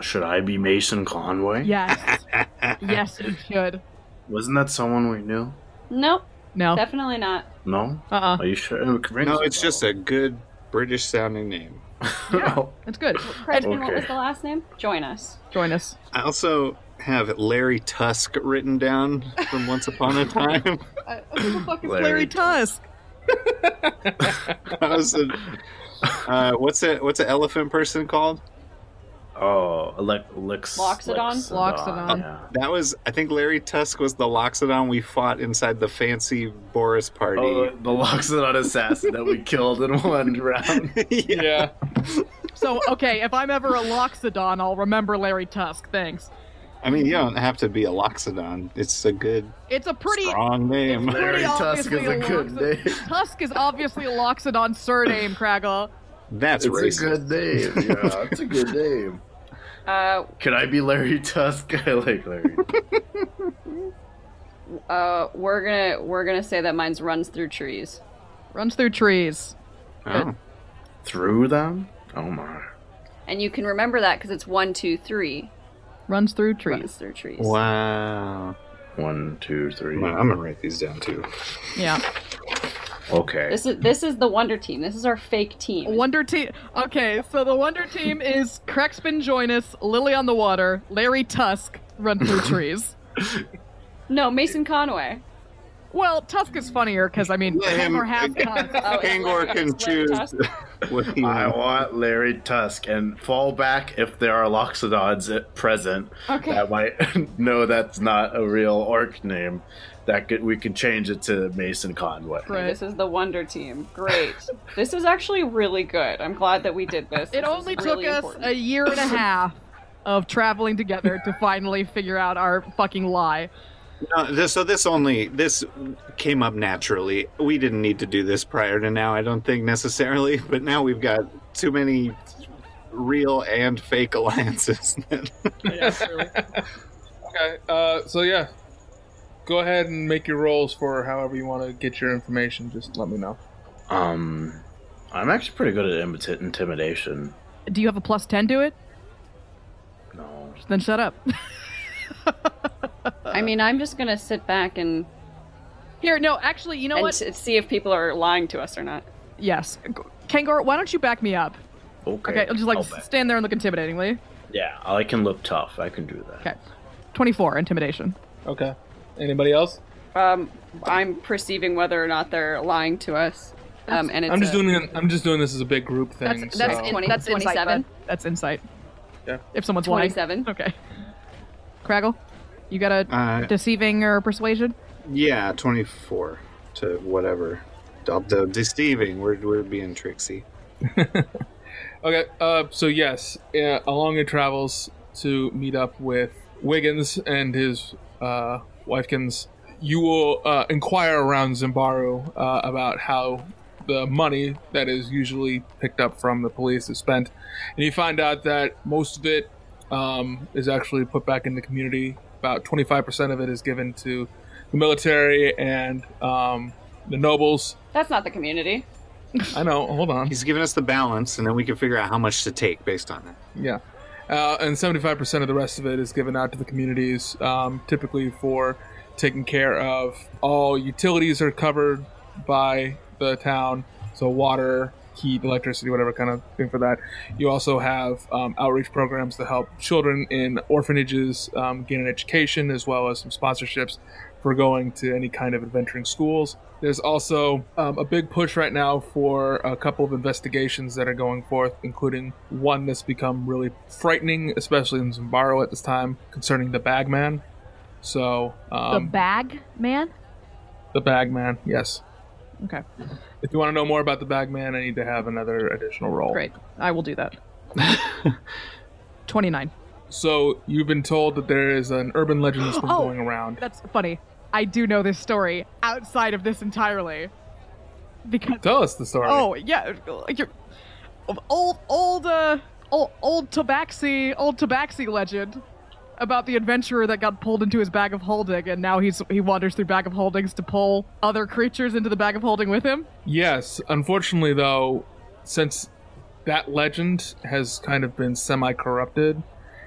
Speaker 6: Should I be Mason Conway?
Speaker 2: Yes. yes, you should.
Speaker 6: Wasn't that someone we knew?
Speaker 5: Nope,
Speaker 2: No. Uh
Speaker 5: definitely not.
Speaker 6: No.
Speaker 2: uh
Speaker 6: Are you sure? It rings
Speaker 3: No, it's just
Speaker 6: bell.
Speaker 3: a good British sounding name.
Speaker 6: No.
Speaker 2: It's good.
Speaker 5: Crexpin, what
Speaker 6: Okay.
Speaker 5: was the last name? Join us.
Speaker 2: Join us.
Speaker 3: I also have Larry Tusk written down from Once Upon a Time.
Speaker 2: Uh, who the fuck
Speaker 6: Larry
Speaker 2: Tusk?
Speaker 3: I was a, Uh, what's a what's an elephant person called?
Speaker 6: Oh, ele- Lix.
Speaker 5: Loxodon?
Speaker 2: Loxodon.
Speaker 6: Yeah.
Speaker 3: That was I think Larry Tusk was the Loxodon we fought inside the fancy Boris party.
Speaker 6: Oh, the, the Loxodon assassin that we killed in one round.
Speaker 3: yeah.
Speaker 4: Yeah.
Speaker 2: So okay, if I'm ever a Loxodon, I'll remember Larry Tusk. Thanks.
Speaker 3: I mean you don't have to be a Loxodon. It's a good
Speaker 2: It's a pretty
Speaker 3: strong name.
Speaker 6: Larry Tusk
Speaker 2: obviously
Speaker 6: is a good
Speaker 2: Loxo-
Speaker 6: name.
Speaker 2: Tusk is obviously a Loxodon surname, Craggle.
Speaker 3: That's
Speaker 6: It's
Speaker 3: racist.
Speaker 6: a good name. Yeah, it's a good name.
Speaker 5: Uh,
Speaker 6: Can I be Larry Tusk? I like Larry.
Speaker 5: uh, we're gonna we're gonna say that mine's runs through trees.
Speaker 2: Runs through trees.
Speaker 3: Oh.
Speaker 6: Through them? Oh my.
Speaker 5: And you can remember that because it's one, two, three.
Speaker 2: Runs through
Speaker 5: Runs
Speaker 2: trees.
Speaker 5: through trees.
Speaker 3: Wow.
Speaker 6: One, two, three.
Speaker 3: I'm gonna write these down too.
Speaker 2: Yeah.
Speaker 6: Okay.
Speaker 5: This is this is the Wonder Team. This is our fake team.
Speaker 2: Wonder Team. Okay, so the Wonder Team is Crexpin Joinus, Lily on the Water, Larry Tusk, Run Through Trees.
Speaker 5: No, Mason Conway.
Speaker 2: Well, Tusk is funnier because I mean,
Speaker 3: Let him-
Speaker 2: Homer has Tusk.
Speaker 5: Oh, it's
Speaker 3: Kangor
Speaker 5: Larry-
Speaker 3: can
Speaker 5: it's Larry
Speaker 3: choose
Speaker 5: Tusk.
Speaker 3: what he
Speaker 6: I
Speaker 3: wants.
Speaker 6: want Larry Tusk and fall back if there are Loxodons at present
Speaker 5: Okay.
Speaker 6: that might know that's not a real orc name. That could we can change it to Mason Conway.
Speaker 2: Right.
Speaker 5: This is the Wonder Team. Great. this is actually really good. I'm glad that we did this. This
Speaker 2: It
Speaker 5: is
Speaker 2: only took
Speaker 5: really
Speaker 2: us
Speaker 5: important.
Speaker 2: a year and a half of traveling together to finally figure out our fucking lie.
Speaker 3: No, this, so this only this came up naturally. We didn't need to do this prior to now, I don't think necessarily. But now we've got too many real and fake alliances.
Speaker 4: Okay. Uh, so yeah, go ahead and make your rolls for however you want to get your information. Just let me know.
Speaker 6: Um, I'm actually pretty good at imit- intimidation.
Speaker 2: Do you have a plus 10 to it?
Speaker 6: No.
Speaker 2: Then shut up.
Speaker 5: I mean, I'm just gonna sit back and
Speaker 2: Here, no, actually, you know
Speaker 5: and
Speaker 2: what?
Speaker 5: s- see if people are lying to us or not.
Speaker 2: yes. Kangor, why don't you back me up?
Speaker 6: Okay.
Speaker 2: Okay, I'll just like
Speaker 6: I'll bet.
Speaker 2: stand there and look intimidatingly.
Speaker 6: yeah, I can look tough. I can do that.
Speaker 2: Okay. 24, intimidation.
Speaker 4: Okay. Anybody else?
Speaker 5: Um, I'm perceiving whether or not they're lying to us. Um, and it's
Speaker 4: I'm just
Speaker 5: a-
Speaker 4: doing. it- I'm just doing this as a big group thing.
Speaker 2: That's,
Speaker 5: that's
Speaker 2: that's,
Speaker 4: so-
Speaker 5: in-
Speaker 2: 20,
Speaker 5: that's
Speaker 2: that's insight.
Speaker 5: 27.
Speaker 2: bud. That's insight.
Speaker 4: Oh. Yeah.
Speaker 2: If someone's lying.
Speaker 5: 27.
Speaker 2: Okay. Craggle, you got a
Speaker 3: Uh,
Speaker 2: deceiving or persuasion?
Speaker 3: yeah, twenty four to whatever. Dub- dub- Deceiving. We're we're being tricksy.
Speaker 4: Okay, uh, so yes, uh, along your travels to meet up with Wiggins and his uh, wifekins, you will uh, inquire around Zimbaru uh, about how the money that is usually picked up from the police is spent, and you find out that most of it um, is actually put back in the community. About twenty-five percent of it is given to the military and um, the nobles.
Speaker 5: That's not the community.
Speaker 4: I know. Hold on.
Speaker 3: He's giving us the balance, and then we can figure out how much to take based on that.
Speaker 4: Yeah. Uh, and 75% of the rest of it is given out to the communities, um, typically for taking care of all utilities are covered by the town. So, water, heat, electricity, whatever kind of thing for that. You also have um, outreach programs to help children in orphanages um, gain an education, as well as some sponsorships for going to any kind of adventuring schools. There's also um, a big push right now for a couple of investigations that are going forth, including one that's become really frightening, especially in Zimbaro at this time, concerning the Bagman. So, um,
Speaker 2: the bag man?
Speaker 4: the Bagman, yes.
Speaker 2: Okay.
Speaker 4: If you want to know more about the Bagman, I need to have another additional role.
Speaker 2: Great. I will do that. 29.
Speaker 4: So you've been told that there is an urban legend that's been
Speaker 2: Oh.
Speaker 4: going around.
Speaker 2: That's funny. I do know this story outside of this entirely. Because
Speaker 4: Tell us the story.
Speaker 2: Oh yeah, like your old old uh old old Tabaxi old Tabaxi legend about the adventurer that got pulled into his bag of holding and now he's he wanders through bag of holdings to pull other creatures into the bag of holding with him.
Speaker 4: Yes, unfortunately, though, since that legend has kind of been semi corrupted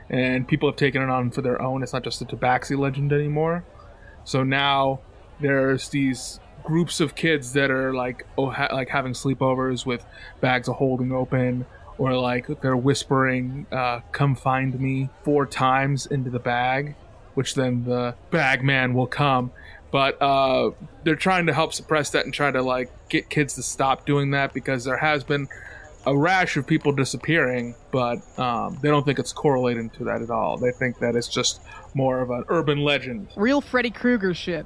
Speaker 4: and people have taken it on for their own, it's not just a Tabaxi legend anymore. So now there's these groups of kids that are like oh, ha- like having sleepovers with bags of holding open or like they're whispering uh, come find me four times into the bag which then the bag man will come but uh, they're trying to help suppress that and try to like get kids to stop doing that because there has been a rash of people disappearing, but um, they don't think it's correlated to that at all. They think that it's just more of an urban legend.
Speaker 2: Real Freddy Krueger shit.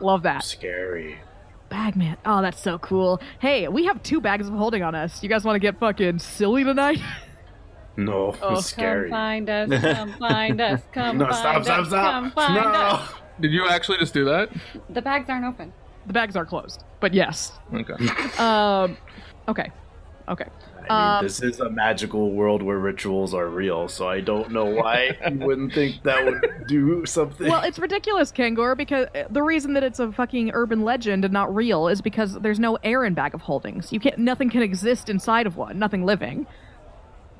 Speaker 2: Love that.
Speaker 6: Scary.
Speaker 2: Bagman. Oh, that's so cool. Hey, we have two bags of holding on us. You guys want to get fucking silly tonight?
Speaker 6: No,
Speaker 2: Oh,
Speaker 5: Come
Speaker 6: scary.
Speaker 5: find us. Come find us. Come
Speaker 6: No,
Speaker 5: find
Speaker 6: stop,
Speaker 5: us.
Speaker 6: stop,
Speaker 5: Come
Speaker 6: stop.
Speaker 5: find
Speaker 6: No.
Speaker 5: us.
Speaker 4: Did you actually just do that?
Speaker 5: The bags aren't open.
Speaker 2: the bags are closed, but yes.
Speaker 4: Okay.
Speaker 2: Um, okay. Okay.
Speaker 6: I
Speaker 2: Um,
Speaker 6: mean, this is a magical world where rituals are real, so I don't know why you wouldn't think that would do something.
Speaker 2: Well, it's ridiculous, Kangor, because uh, the reason that it's a fucking urban legend and not real is because there's no air in Bag of Holdings. You can't. Nothing can exist inside of one. Nothing living.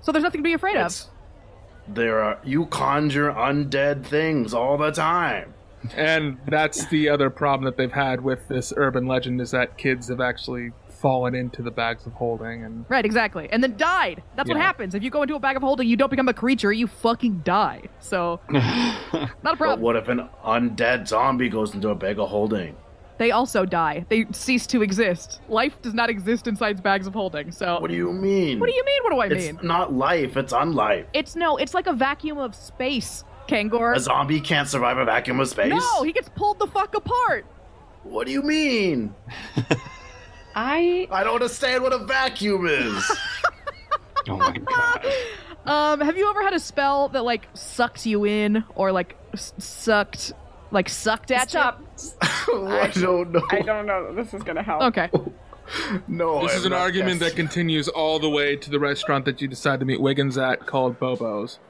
Speaker 2: So there's nothing to be afraid of.
Speaker 6: It's- there are you conjure undead things all the time.
Speaker 4: and that's the other problem that they've had with this urban legend is that kids have actually fallen into the bags of holding and
Speaker 2: Right, exactly. And then died. That's what
Speaker 4: Yeah.
Speaker 2: happens. If you go into a bag of holding, you don't become a creature, you fucking die. So, not a
Speaker 6: But
Speaker 2: problem.
Speaker 6: what if an undead zombie goes into a bag of holding?
Speaker 2: They also die. They cease to exist. Life does not exist inside bags of holding. So,
Speaker 6: What do you mean?
Speaker 2: what do you mean? What do I
Speaker 6: It's
Speaker 2: mean?
Speaker 6: not life. It's unlife.
Speaker 2: It's no, it's like a vacuum of space,
Speaker 6: A
Speaker 2: Kangor.
Speaker 6: zombie can't survive a vacuum of space.
Speaker 2: No, he gets pulled the fuck apart.
Speaker 6: What do you mean?
Speaker 5: I
Speaker 6: I don't understand what a vacuum is.
Speaker 3: Oh my god.
Speaker 2: Um, have you ever had a spell that like sucks you in or like s- sucked, like sucked at
Speaker 5: stop.
Speaker 6: I don't know.
Speaker 7: I don't know that this is gonna help.
Speaker 2: you? Okay.
Speaker 6: No,
Speaker 4: This
Speaker 6: I'm
Speaker 4: is an
Speaker 6: not
Speaker 4: argument that
Speaker 6: guessing.
Speaker 4: continues all the way to the restaurant that you decide to meet Wiggins at called Bobo's.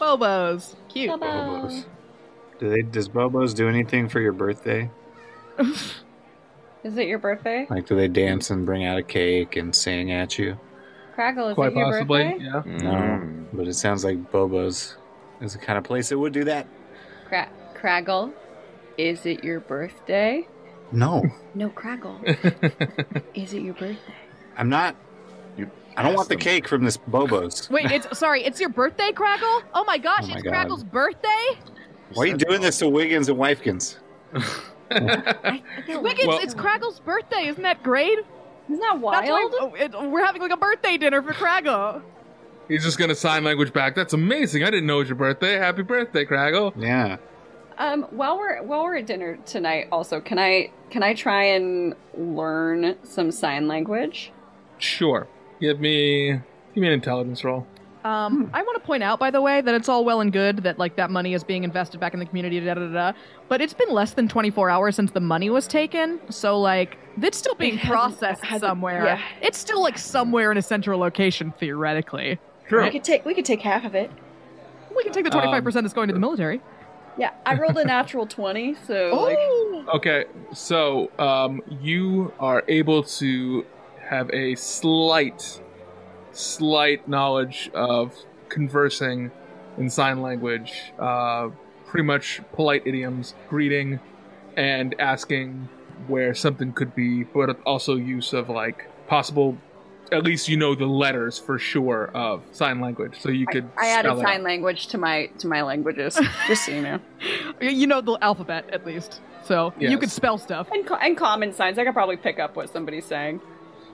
Speaker 2: Bobos. Cute.
Speaker 5: Bubba.
Speaker 3: Um, Do they, does Bobo's do anything for your birthday?
Speaker 5: Is it your birthday?
Speaker 3: Like, do they dance and bring out a cake and sing at you?
Speaker 5: Craggle, is
Speaker 4: Quite
Speaker 5: it your
Speaker 4: possibly.
Speaker 5: birthday?
Speaker 4: Yeah.
Speaker 3: No, but it sounds like Bobo's is the kind of place that would do that.
Speaker 5: Cra- Craggle, is it your birthday?
Speaker 3: No,
Speaker 5: No, Craggle. is it your birthday?
Speaker 3: I'm not.
Speaker 6: You
Speaker 3: I don't want the
Speaker 6: asked them.
Speaker 3: cake from this Bobo's.
Speaker 2: Wait, it's sorry, it's your birthday, Craggle? Oh my gosh,
Speaker 3: Oh my
Speaker 2: it's
Speaker 3: God.
Speaker 2: Craggle's birthday?
Speaker 3: Why are you doing this to Wiggins and Wifekins?
Speaker 2: Wiggins,
Speaker 4: Well-
Speaker 2: it's Craggle's birthday. Isn't that great?
Speaker 5: Isn't that
Speaker 2: That's why
Speaker 5: wild?
Speaker 2: oh, it, we're having like a birthday dinner for Craggle.
Speaker 4: He's just gonna sign language back. That's amazing. I didn't know it was your birthday. Happy birthday, Craggle.
Speaker 3: Yeah.
Speaker 5: Um, while we're while we're at dinner tonight, also can I can I try and learn some sign language?
Speaker 4: Sure. Give me give me an intelligence roll.
Speaker 2: Um, I want to point out, by the way, that it's all well and good that like that money is being invested back in the community, da da da. da. But it's been less than 24 hours since the money was taken, so like it's still being
Speaker 5: It hasn't-
Speaker 2: processed
Speaker 5: hasn't-
Speaker 2: somewhere.
Speaker 7: yeah.
Speaker 2: It's still like somewhere in a central location, theoretically.
Speaker 4: Sure.
Speaker 7: We could take we could take half of it.
Speaker 2: We can take the 25 percent that's going to the military.
Speaker 5: Yeah, I rolled a natural twenty, so like
Speaker 2: Oh,
Speaker 4: Okay, so um, you are able to have a slight, slight knowledge of conversing in sign language, uh, pretty much polite idioms, greeting, and asking where something could be, but also use of like possible. At least you know the letters for sure of sign language, so you could.
Speaker 5: I added
Speaker 4: spell it
Speaker 5: sign
Speaker 4: out.
Speaker 5: language to my to my languages, just so you know.
Speaker 2: you know the alphabet at least, so you
Speaker 4: Yes.
Speaker 2: can spell stuff.
Speaker 5: And co- and common signs, I could probably pick up what somebody's saying.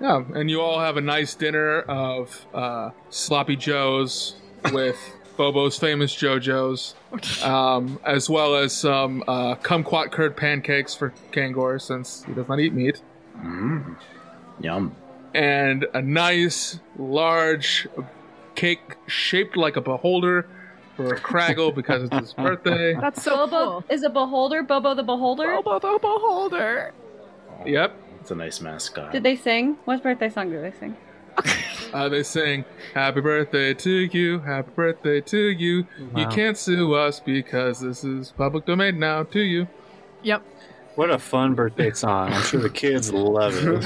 Speaker 4: Yeah, and you all have a nice dinner of uh, sloppy joes with Bobo's famous JoJo's, um, as well as some uh, kumquat curd pancakes for Kangor since he does not eat meat,
Speaker 6: Yum.
Speaker 4: and a nice large cake shaped like a beholder for Craggle because it's his birthday.
Speaker 2: That's so
Speaker 5: Bobo
Speaker 2: cool.
Speaker 5: is a beholder. Bobo the beholder.
Speaker 2: Bobo the beholder.
Speaker 4: Yep,
Speaker 6: It's a nice mascot.
Speaker 5: Did they sing? What birthday song did they sing?
Speaker 4: uh, they sing "Happy Birthday to you, Happy Birthday to you." You
Speaker 3: Wow.
Speaker 4: can't sue us because this is public domain now. To you.
Speaker 2: Yep.
Speaker 3: What a fun birthday song. I'm sure the kids love it.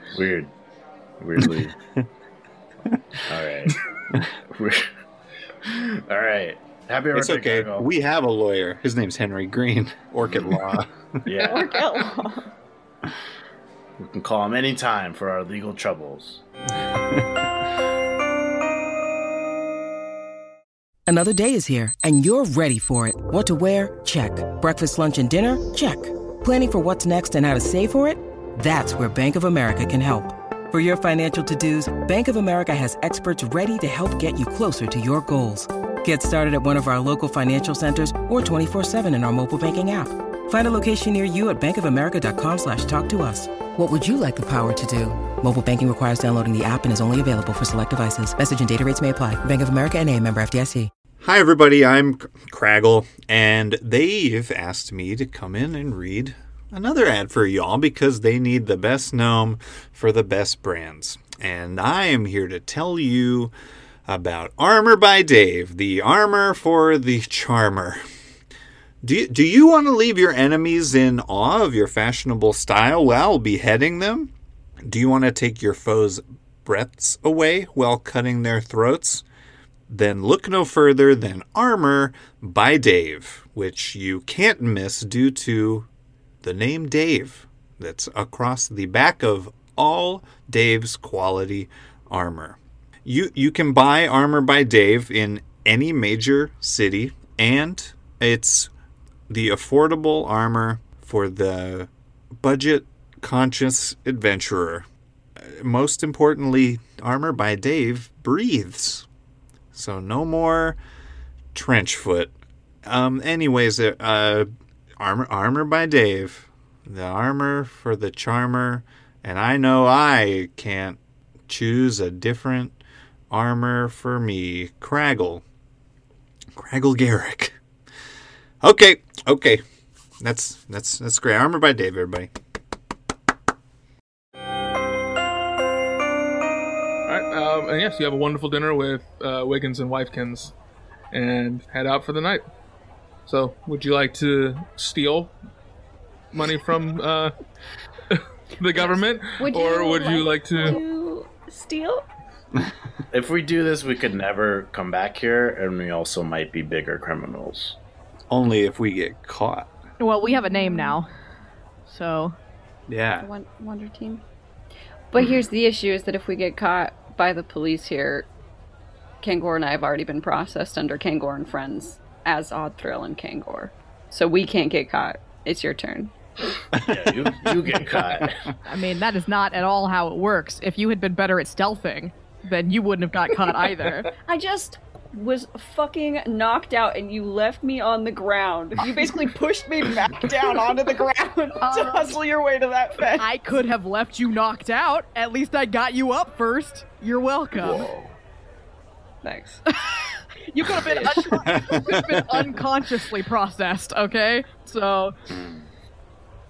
Speaker 6: Weird. Weirdly. All right. We're- All right. Happy
Speaker 3: It's
Speaker 6: birthday,
Speaker 3: okay.
Speaker 6: Gargoyle.
Speaker 3: We have a lawyer. His name's Henry Green. Orchid Law.
Speaker 6: yeah,
Speaker 5: Outlaw.
Speaker 6: we can call him anytime for our legal troubles.
Speaker 8: Another day is here, and you're ready for it. What to wear? Check. Breakfast, lunch, and dinner? Check. Planning for what's next and how to save for it? That's where Bank of America can help. For your financial to-dos, Bank of America has experts ready to help get you closer to your goals. Get started at one of our local financial centers or 24-7 in our mobile banking app. Find a location near you at bankofamerica.com slash talk to us. What would you like the power to do? Mobile banking requires downloading the app and is only available for select devices. Message and data rates may apply. Bank of America and a member FDIC.
Speaker 3: Hi, everybody. I'm C- Craggle, and they've asked me to come in and read another ad for y'all because they need the best gnome for the best brands. And I am here to tell you about Armor by Dave, the armor for the charmer. Do you, do you want to leave your enemies in awe of your fashionable style while beheading them? Do you want to take your foes' breaths away while cutting their throats? Then look no further than Armor by Dave, which you can't miss due to the name Dave that's across the back of all Dave's quality armor. You you can buy armor by Dave in any major city and it's the affordable armor for the budget conscious adventurer. Uh, Most importantly, armor by Dave breathes. So no more trench foot. Um anyways, uh, uh armor armor by Dave, the armor for the charmer, and I know I can't choose a different armor for me, Craggle. Craggle Garrick. Okay, okay. That's that's that's great. Armor by Dave, everybody.
Speaker 4: All right, um, and yes, you have a wonderful dinner with uh, Wiggins and Wifekins, and head out for the night. So, would you like to steal money from uh, the government,
Speaker 5: Would
Speaker 4: or
Speaker 5: you
Speaker 4: would you like
Speaker 5: like
Speaker 4: to?
Speaker 7: To steal?
Speaker 6: If we do this, we could never come back here, and we also might be bigger criminals.
Speaker 3: Only if we get caught.
Speaker 2: Well, we have a name now. So,
Speaker 3: Yeah.
Speaker 5: The Won- Wonder Team. But here's the issue: is that if we get caught by the police here, Kangor and I have already been processed under Kangor and Friends as Odd Thrill and Kangor, so we can't get caught. It's your turn.
Speaker 6: Yeah, you, you get caught.
Speaker 2: I mean, that is not at all how it works. If you had been better at stealthing, then you wouldn't have got caught either.
Speaker 5: I just was fucking knocked out, and you left me on the ground.
Speaker 7: You basically pushed me back down onto the ground
Speaker 5: Uh-huh.
Speaker 7: to hustle your way to that fence.
Speaker 2: I could have left you knocked out. At least I got you up first. You're welcome.
Speaker 6: Whoa.
Speaker 5: Thanks.
Speaker 2: You could have been, un- you could have been unconsciously processed, okay? So,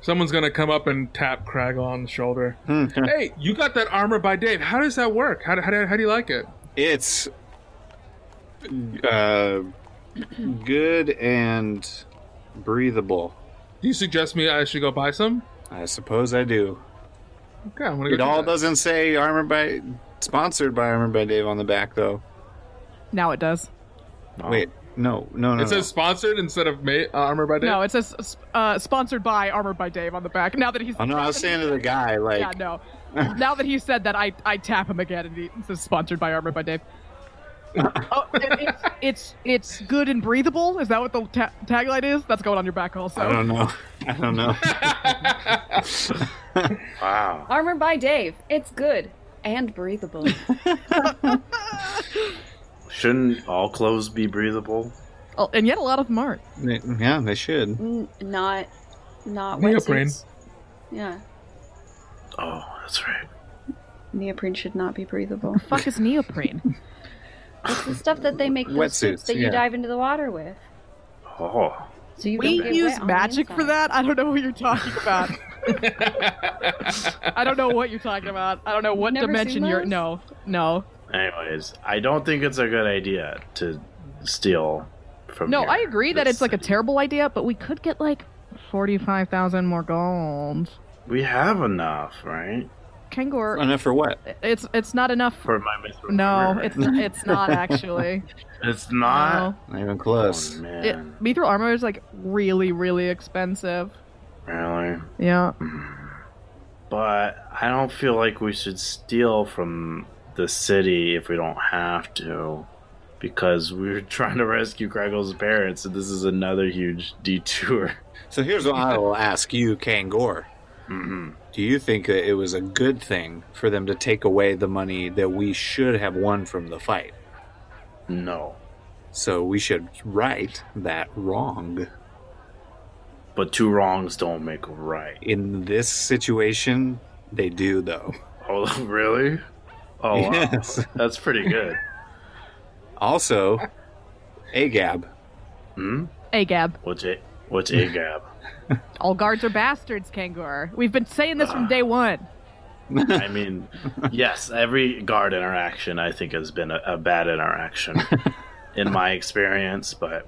Speaker 4: Someone's gonna come up and tap Craggle on the shoulder.
Speaker 3: Hmm,
Speaker 4: hey, you got that armor by Dave. How does that work? How do, how do, how do you like it?
Speaker 3: It's uh good and breathable.
Speaker 4: Do you suggest me I should go buy some?
Speaker 3: I suppose I do.
Speaker 4: Okay, I'm gonna go.
Speaker 3: It
Speaker 4: do
Speaker 3: all
Speaker 4: that.
Speaker 3: doesn't say armor by sponsored by armor by Dave on the back though.
Speaker 2: now it does.
Speaker 6: No.
Speaker 3: Wait, no, no, no.
Speaker 4: It says sponsored instead of ma- uh, armor by Dave.
Speaker 2: No, it says uh, sponsored by Armored by Dave on the back. Now that he's.
Speaker 3: no. Oh no, I was saying to the guy like
Speaker 2: Yeah, no. now that he said that, I, I tap him again and he it says sponsored by Armored by Dave. oh, it, it's, it's it's good and breathable. Is that what the ta- tagline is? That's going on your back also.
Speaker 3: I don't know. I don't know.
Speaker 6: Wow.
Speaker 5: Armor by Dave. It's good and breathable.
Speaker 6: Shouldn't all clothes be breathable?
Speaker 2: Oh, and yet a lot of them aren't.
Speaker 3: yeah, they should.
Speaker 5: N- not, not
Speaker 4: Neoprene.
Speaker 5: wetsuits. Yeah,
Speaker 6: Oh, that's right.
Speaker 5: neoprene should not be breathable.
Speaker 2: Fuck is neoprene.
Speaker 5: It's the stuff that they make those
Speaker 3: Wetsuits,
Speaker 5: suits that
Speaker 3: yeah.
Speaker 5: you dive into the water with.
Speaker 6: Oh.
Speaker 5: So you
Speaker 2: we
Speaker 5: don't get wet
Speaker 2: use
Speaker 5: on the
Speaker 2: magic for
Speaker 5: inside.
Speaker 2: that. I don't know what you're talking about. I don't know what you're talking about. I don't know what
Speaker 5: Never seen
Speaker 2: dimension you're.
Speaker 5: those?
Speaker 2: No, no,
Speaker 6: Anyways, I don't think it's a good idea to steal from.
Speaker 2: no.
Speaker 6: your-
Speaker 2: I agree that
Speaker 6: this
Speaker 2: it's like a
Speaker 6: city.
Speaker 2: terrible idea, but we could get like forty-five thousand more gold.
Speaker 6: We have enough, right?
Speaker 2: Kangor,
Speaker 3: Enough for what?
Speaker 2: it's it's not enough.
Speaker 6: For my mithril
Speaker 2: No,
Speaker 6: armor, right?
Speaker 2: it's it's not actually.
Speaker 6: it's not.
Speaker 2: No.
Speaker 3: Not even
Speaker 6: Oh,
Speaker 3: close.
Speaker 6: man,
Speaker 2: It, mithril armor is like really, really expensive.
Speaker 6: really?
Speaker 2: Yeah.
Speaker 6: But I don't feel like we should steal from the city if we don't have to, because we were trying to rescue Craggle's parents, and this is another huge detour.
Speaker 3: So here's what I will ask you, Kangor.
Speaker 6: hmm
Speaker 3: Do you think that it was a good thing for them to take away the money that we should have won from the fight?
Speaker 6: No.
Speaker 3: So we should right that wrong.
Speaker 6: But two wrongs don't make a right.
Speaker 3: In this situation, they do, though.
Speaker 6: Oh, really? Oh, wow.
Speaker 3: Yes.
Speaker 6: That's pretty good.
Speaker 3: Also, AGAB.
Speaker 6: Hmm?
Speaker 2: Hey, Gab.
Speaker 6: What's a What's AGAB?
Speaker 2: All guards are bastards, Kangar. We've been saying this
Speaker 6: Ah.
Speaker 2: from day one.
Speaker 6: I mean, yes, every guard interaction I think has been a, a bad interaction in my experience, but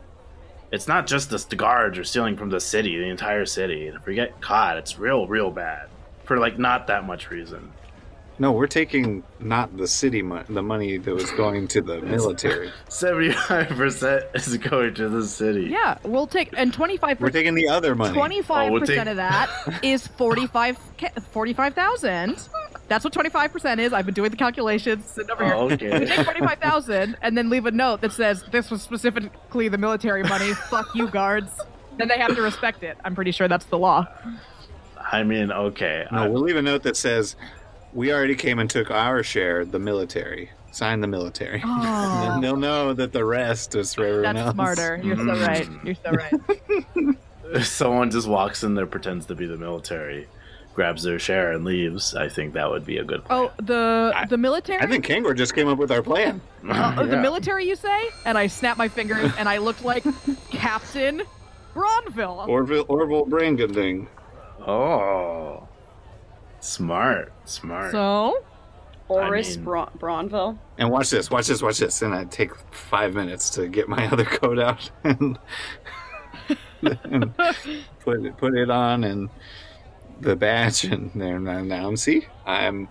Speaker 6: it's not just the, the guards are stealing from the city, the entire city. And if we get caught, it's real, real bad for like not that much reason.
Speaker 3: No, we're taking not the city money, the money that was going to the military.
Speaker 6: 75% is going to the city.
Speaker 2: Yeah, we'll take and twenty five
Speaker 3: We're
Speaker 2: percent.
Speaker 3: taking the other money.
Speaker 2: Twenty five
Speaker 6: Oh, we'll take-
Speaker 2: percent of that is forty five forty five thousand. That's what twenty five percent is. I've been doing the calculations. Sitting over here.
Speaker 6: Oh,
Speaker 2: We
Speaker 6: okay.
Speaker 2: take forty five thousand and then leave a note that says this was specifically the military money. Fuck you, guards. Then they have to respect it. I'm pretty sure that's the law.
Speaker 6: I mean, okay.
Speaker 2: Uh,
Speaker 3: No, we'll leave a note that says, "We already came and took our share. The military sign the military. And then they'll know that the rest is for everyone
Speaker 2: Oh. That's
Speaker 3: else."
Speaker 2: smarter. You're so
Speaker 3: Mm.
Speaker 2: right. You're so right.
Speaker 6: someone just walks in there, pretends to be the military, grabs their share, and leaves, I think that would be a good plan.
Speaker 2: Oh, the the military.
Speaker 3: I think Kangor just came up with our plan.
Speaker 2: Uh, The military, you say? And I snapped my fingers, and I looked like Captain Bronville.
Speaker 3: Orville, Orville Branganding.
Speaker 6: Oh, smart, smart.
Speaker 2: so
Speaker 5: Oris
Speaker 6: I mean-
Speaker 5: Bra- Braunville.
Speaker 3: And watch this, watch this, watch this. And I take five minutes to get my other coat out and, and put it, put it on and the badge. And there now, now I'm see, I'm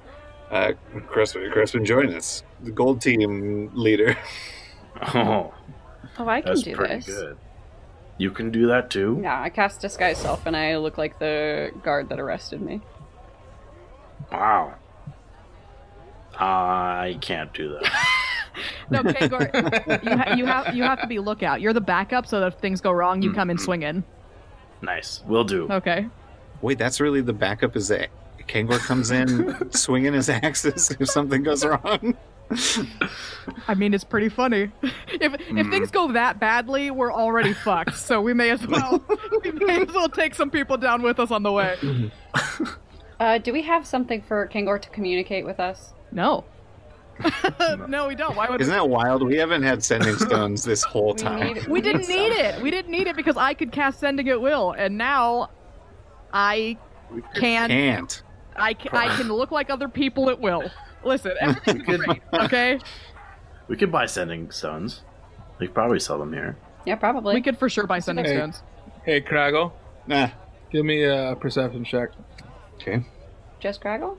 Speaker 3: uh, Crespin. Crespin, join us, the gold team leader.
Speaker 6: oh,
Speaker 5: Oh, I can
Speaker 6: that's
Speaker 5: do
Speaker 6: pretty
Speaker 5: this.
Speaker 6: good. You can do that too.
Speaker 5: Yeah, I cast disguise self, and I look like the guard that arrested me.
Speaker 6: Wow. I can't do that.
Speaker 2: no, Kangor, you, ha- you have you have to be lookout. You're the backup, so that if things go wrong, you come in
Speaker 3: Mm-hmm.
Speaker 2: swinging.
Speaker 6: nice, will do.
Speaker 2: Okay.
Speaker 3: Wait, that's really the backup is that Kangor comes in swinging his axes if something goes wrong.
Speaker 2: I mean, it's pretty funny. If if
Speaker 3: Mm.
Speaker 2: things go that badly, we're already fucked. So we may as well we may as well take some people down with us on the way.
Speaker 5: Uh, do we have something for Kangor to communicate with us?
Speaker 2: No. no, we don't. Why would we?
Speaker 3: Isn't that wild? We haven't had sending stones this whole time.
Speaker 5: need-
Speaker 2: We didn't need it.
Speaker 5: something.
Speaker 2: We didn't need it because I could cast sending at will, and now I can
Speaker 3: Can't.
Speaker 2: I can, I can look like other people at will. Listen, everything's great. Okay,
Speaker 6: We could buy sending stones. We could probably sell them here.
Speaker 5: Yeah, probably.
Speaker 2: we could for sure buy sending
Speaker 4: Hey.
Speaker 2: stones.
Speaker 4: Hey, Craggle,
Speaker 3: Nah.
Speaker 4: give me a perception check.
Speaker 3: Okay.
Speaker 5: Just Craggle?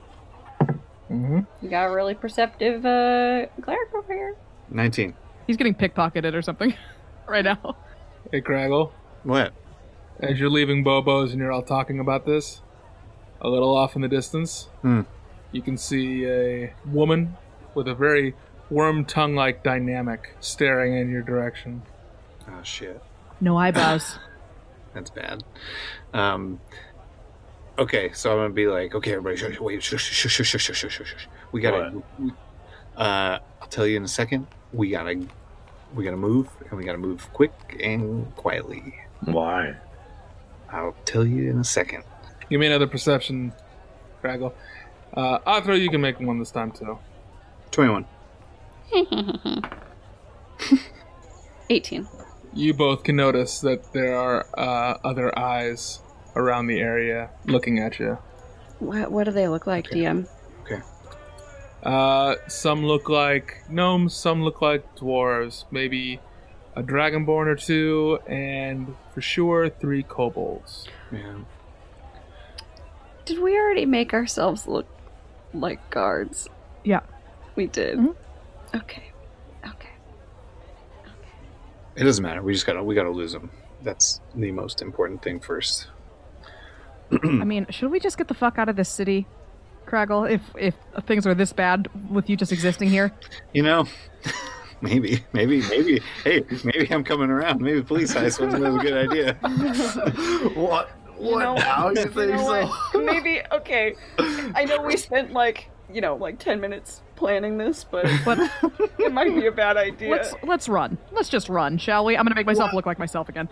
Speaker 4: Mhm.
Speaker 5: You got a really perceptive uh, cleric over here.
Speaker 3: 19.
Speaker 2: He's getting pickpocketed or something right now.
Speaker 4: Hey, Craggle,
Speaker 3: What?
Speaker 4: as you're leaving Bobo's and you're all talking about this, a little off in the distance,
Speaker 3: Hmm.
Speaker 4: you can see a woman with a very worm tongue like dynamic staring in your direction.
Speaker 3: Oh, shit.
Speaker 2: No eyebrows.
Speaker 3: That's bad. Um, okay, so I'm gonna be like, okay, everybody, shush, wait, shush, shush, shush, shush, shush, shush, shush. We gotta. we- uh, I'll tell you in a second. We gotta, we gotta move, and we gotta move quick and quietly.
Speaker 6: Why?
Speaker 3: I'll tell you in a second.
Speaker 4: Give me another perception, Craggle. Uh, Athro, you can make one this time too.
Speaker 3: Twenty-one.
Speaker 5: 18.
Speaker 4: You both can notice that there are uh, other eyes around the area looking at you.
Speaker 5: What, what do they look like, DM?
Speaker 4: Uh, some look like gnomes, some look like dwarves, maybe a dragonborn or two, and for sure three kobolds.
Speaker 3: Yeah.
Speaker 5: Did we already make ourselves look like guards?
Speaker 2: Yeah.
Speaker 5: We did.
Speaker 7: Mm-hmm.
Speaker 5: Okay. Okay.
Speaker 3: It doesn't matter. We just gotta, we gotta lose them. That's the most important thing first.
Speaker 2: I mean, should we just get the fuck out of this city, Craggle? If if things are this bad with you just existing here,
Speaker 3: You know, maybe, maybe, maybe. Hey, maybe I'm coming around. Maybe police ice wasn't a good idea.
Speaker 6: What?
Speaker 7: You know?
Speaker 6: Now you
Speaker 7: You
Speaker 6: think
Speaker 7: know
Speaker 6: so?
Speaker 7: what? Maybe okay. I know we spent like you know like ten minutes planning this, but
Speaker 2: But
Speaker 7: it might be a bad idea.
Speaker 2: let's let's run. Let's just run, shall we? I'm gonna make myself look like myself again.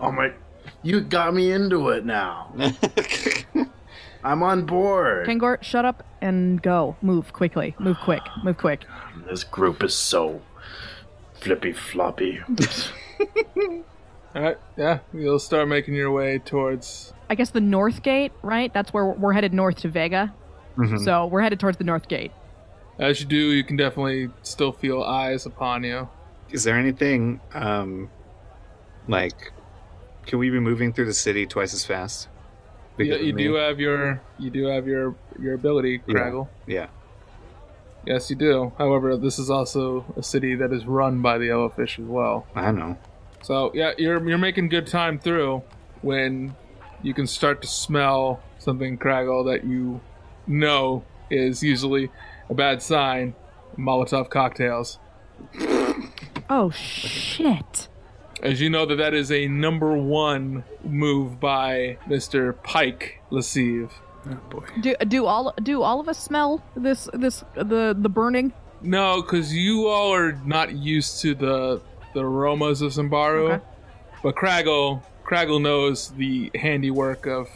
Speaker 6: Oh my! You got me into it now. I'm on board.
Speaker 2: Kangor, shut up and go. Move quickly. Move quick. Move quick.
Speaker 6: This group is so flippy floppy.
Speaker 4: All right, yeah, you'll start making your way towards.
Speaker 2: I guess the north gate, right? That's where we're headed north to Vega.
Speaker 3: Mm-hmm.
Speaker 2: So we're headed towards the north gate.
Speaker 4: As you do, you can definitely still feel eyes upon you.
Speaker 3: Is there anything, um, like, can we be moving through the city twice as fast?
Speaker 4: You,
Speaker 3: Because of
Speaker 4: you do
Speaker 3: me?
Speaker 4: have your you do have your your ability,
Speaker 3: Yeah.
Speaker 4: Craggle.
Speaker 3: Yeah.
Speaker 4: Yes, you do. However, this is also a city that is run by the Yellowfish as well.
Speaker 3: I know.
Speaker 4: So yeah, you're you're making good time through when you can start to smell something, Craggle, that you know is usually a bad sign. Molotov cocktails,
Speaker 2: Oh shit.
Speaker 4: as you know that that is a number one move by Mister Pike Lasive.
Speaker 2: Do do all do all of us smell this this the the burning?
Speaker 4: No, because you all are not used to the the aromas of Zimbaru,
Speaker 2: Okay.
Speaker 4: but Craggle Craggle knows the handiwork of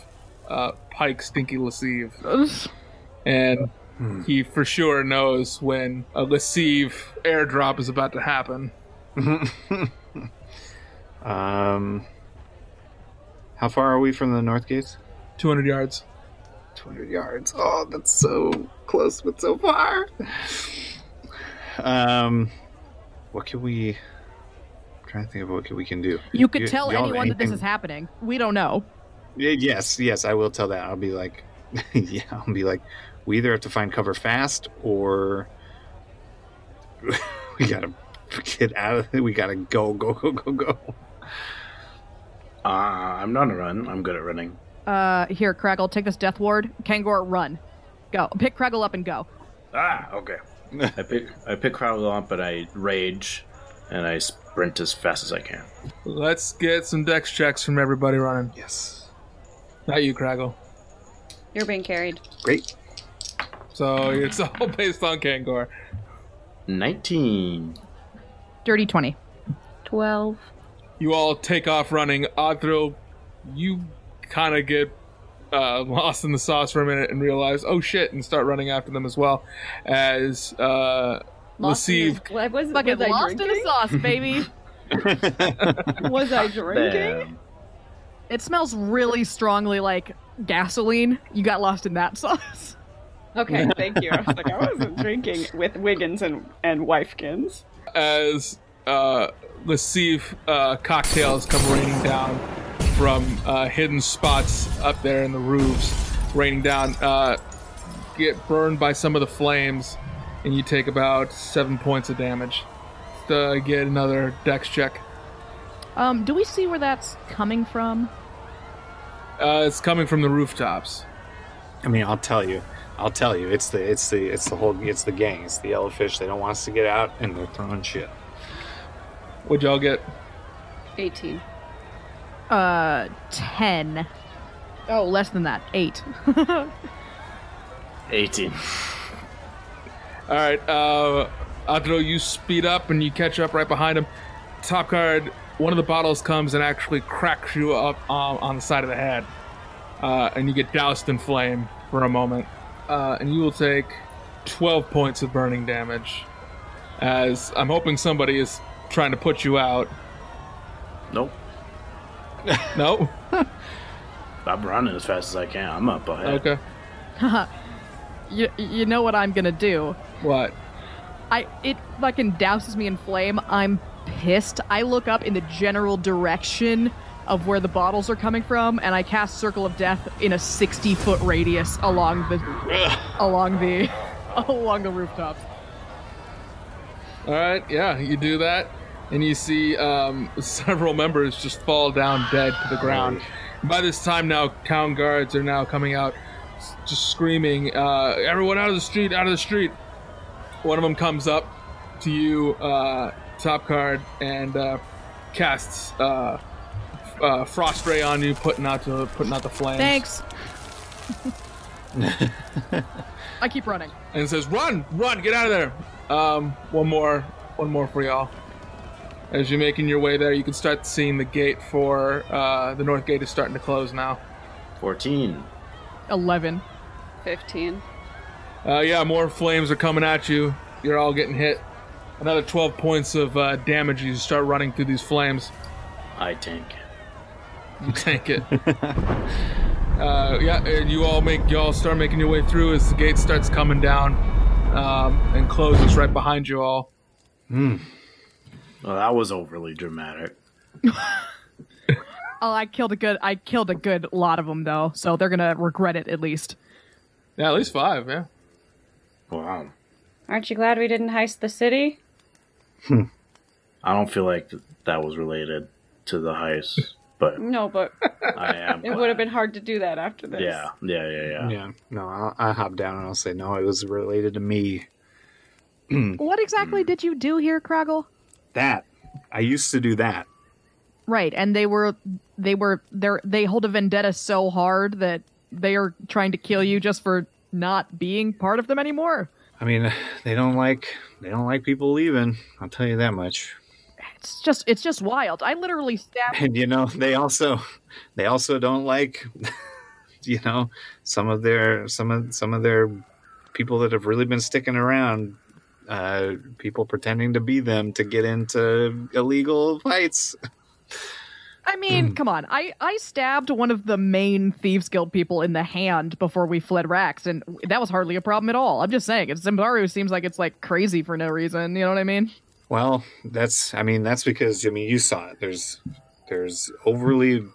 Speaker 4: uh, Pike Stinky Lasive. and he for sure knows when a lascive airdrop is about to happen.
Speaker 3: Um, how far are we from the north gates?
Speaker 4: 200 yards.
Speaker 3: 200 yards. Oh, that's so close, but so far. um, what can we? I'm trying to think of what can- we can do.
Speaker 2: You could
Speaker 3: Y-
Speaker 2: tell
Speaker 3: y'all have
Speaker 2: anyone that this
Speaker 3: anything-
Speaker 2: is happening. We don't know.
Speaker 3: Y- Yes, yes, I will tell that. I'll be like, yeah, I'll be like, we either have to find cover fast or we gotta get out of it. We gotta go, go, go, go, go.
Speaker 6: Uh, I'm not a run. I'm good at running.
Speaker 2: Uh, here, Craggle, take this death ward. Kangor, run. Go. Pick Craggle up and go.
Speaker 6: Ah, okay. I pick I pick Crowdle up, but I rage, and I sprint as fast as I can.
Speaker 4: Let's get some dex checks from everybody running.
Speaker 3: Yes,
Speaker 4: Not you, Craggle.
Speaker 5: You're being carried.
Speaker 3: great.
Speaker 4: So it's all based on Kangor.
Speaker 6: Nineteen.
Speaker 2: Dirty 20.
Speaker 5: 12.
Speaker 4: You all take off running. Othro, you kind of get uh, lost in the sauce for a minute and realize, oh shit, and start running after them as well. As uh,
Speaker 5: Lost in
Speaker 4: Lasive
Speaker 5: his- I was,
Speaker 2: Fucking
Speaker 5: was I
Speaker 2: lost in the
Speaker 5: drinking?
Speaker 2: sauce, baby.
Speaker 5: Was I drinking?
Speaker 6: Bam.
Speaker 2: it smells really strongly like gasoline. You got lost in that sauce.
Speaker 5: Okay.
Speaker 7: Thank you. I was like, I wasn't drinking with Wiggins and and Wifekins.
Speaker 4: as uh, lascive uh, cocktails come raining down from uh, hidden spots up there in the roofs, raining down. Uh, get burned by some of the flames, and you take about seven points of damage. Uh, get another dex check.
Speaker 2: Um, do we see where that's coming from?
Speaker 4: Uh, it's coming from the rooftops.
Speaker 3: I mean, I'll tell you. I'll tell you. It's the it's the it's the whole it's the gang. It's the yellowfish. They don't want us to get out, and they're throwing shit.
Speaker 4: Would y'all get?
Speaker 5: 18.
Speaker 2: Uh, 10. Oh, less than that. 8.
Speaker 6: Eighteen.
Speaker 4: All right, uh, Adro, you speed up and you catch up right behind him. Top guard, one of the bottles comes and actually cracks you up um, on the side of the head, uh, and you get doused in flame for a moment, uh, and you will take twelve points of burning damage. As I'm hoping somebody is trying to put you out.
Speaker 6: Nope.
Speaker 4: No.
Speaker 6: I'm running as fast as I can. I'm up ahead.
Speaker 4: Okay.
Speaker 2: you, you know what I'm gonna do?
Speaker 4: What?
Speaker 2: I it fucking douses me in flame. I'm pissed. I look up in the general direction of where the bottles are coming from, and I cast Circle of Death in a sixty foot radius along the along the along the rooftops.
Speaker 4: All right, yeah, you do that, and you see um, several members just fall down dead to the ground. By this time, now town guards are now coming out, s- just screaming, uh, "Everyone out of the street! Out of the street!" One of them comes up to you, uh, top card, and uh, casts uh, uh, frost ray on you, putting out the putting out the flames.
Speaker 2: Thanks. I keep running.
Speaker 4: And it says, "Run, run, get out of there." Um, one more, one more for y'all. As you're making your way there, you can start seeing the gate for uh, the north gate is starting to close now.
Speaker 6: 14.
Speaker 2: 11.
Speaker 5: 15.
Speaker 4: Uh, yeah, more flames are coming at you. You're all getting hit. Another 12 points of uh, damage. You start running through these flames.
Speaker 6: I tank.
Speaker 4: You tank it. uh, yeah, and you all make y'all start making your way through as the gate starts coming down um, and closes right behind you all.
Speaker 6: Well, that was overly dramatic.
Speaker 2: Oh, I killed a good I killed a good lot of them though, so they're going to regret it at least.
Speaker 4: Yeah, at least five. Yeah.
Speaker 6: Wow.
Speaker 5: Aren't you glad we didn't heist the city?
Speaker 6: I don't feel like th- that was related to the heist, but
Speaker 7: No, but
Speaker 6: I am.
Speaker 7: it would have been hard to do that after this.
Speaker 6: Yeah, yeah, yeah, yeah.
Speaker 3: Yeah. No, I'll, I'll hop down and I'll say, no, it was related to me.
Speaker 2: What exactly did you do here, Craggle?
Speaker 3: That. I used to do that.
Speaker 2: Right, and they were they were they they hold a vendetta so hard that they are trying to kill you just for not being part of them anymore.
Speaker 3: I mean, they don't like they don't like people leaving. I'll tell you that much.
Speaker 2: It's just it's just wild. I literally stabbed
Speaker 3: And you know, they also they also don't like you know some of their some of some of their people that have really been sticking around. Uh, people pretending to be them to get into illegal fights.
Speaker 2: I mean, come on. I, I stabbed one of the main Thieves Guild people in the hand before we fled Rax, and that was hardly a problem at all. I'm just saying, it's Zimbaru seems like it's like crazy for no reason. You know what I mean?
Speaker 3: Well, that's I mean that's because I mean you saw it. There's there's overly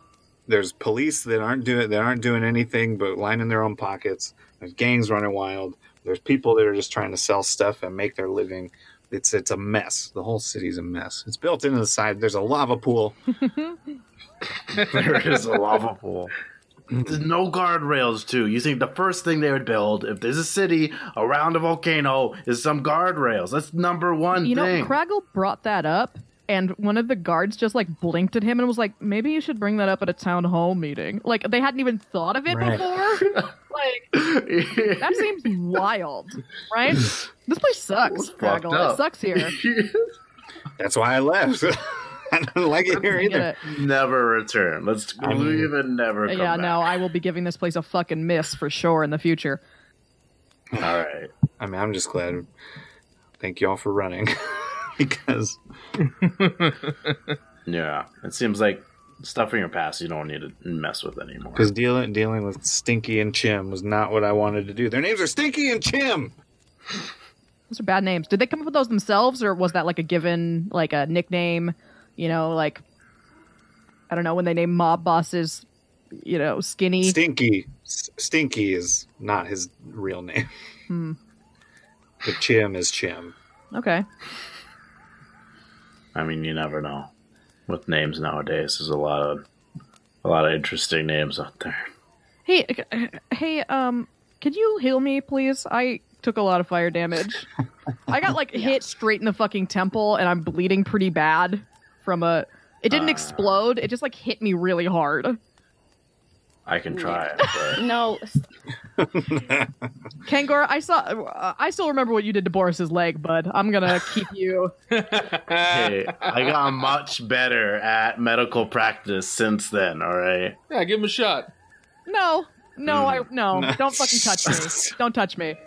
Speaker 3: there's police that aren't doing that aren't doing anything but lining their own pockets. There's gangs running wild. There's people that are just trying to sell stuff and make their living. It's it's a mess. The whole city's a mess. It's built into the side. There's a lava pool.
Speaker 6: There is a lava pool. There's no guardrails, too. You think the first thing they would build, if there's a city around a volcano, is some guardrails. That's number one
Speaker 2: You know,
Speaker 6: thing.
Speaker 2: Craggle brought that up, and one of the guards just like blinked at him and was like, maybe you should bring that up at a town hall meeting. Like, they hadn't even thought of it
Speaker 3: Right.
Speaker 2: before. like, that seems wild, right? This place sucks,
Speaker 6: fucked
Speaker 2: Craggle.
Speaker 6: up.
Speaker 2: It sucks here.
Speaker 3: That's why I left. I don't like it here
Speaker 2: Get
Speaker 3: either.
Speaker 2: it.
Speaker 6: never return. Let's leave and never come
Speaker 2: Yeah,
Speaker 6: back.
Speaker 2: no, I will be giving this place a fucking miss for sure in the future.
Speaker 6: All right.
Speaker 3: I mean, I'm just glad. Thank y'all for running because
Speaker 6: Yeah. It seems like stuff from your past you don't need to mess with anymore.
Speaker 3: because dealing dealing with Stinky and Chim was not what I wanted to do. Their names are Stinky and Chim.
Speaker 2: Those are bad names. Did they come up with those themselves, or was that like a given, like a nickname? You know, like I don't know when they name mob bosses, you know, skinny.
Speaker 3: Stinky. S- Stinky is not his real name. But Chim is Chim.
Speaker 2: okay,
Speaker 6: I mean, you never know. With names nowadays, there's a lot of a lot of interesting names out there.
Speaker 2: hey, uh, hey, um, could you heal me, please? I took a lot of fire damage. I got like hit straight in the fucking temple, and I'm bleeding pretty bad from a. It didn't explode. It just like hit me really hard.
Speaker 6: I can try it, but
Speaker 5: No,
Speaker 2: Kangor, I saw. Uh, I still remember what you did to Boris's leg, bud. I'm gonna keep you.
Speaker 6: hey, I got much better at medical practice since then. All right,
Speaker 4: Yeah, give him a shot.
Speaker 2: No, no, I no. Don't fucking touch me. Don't touch me.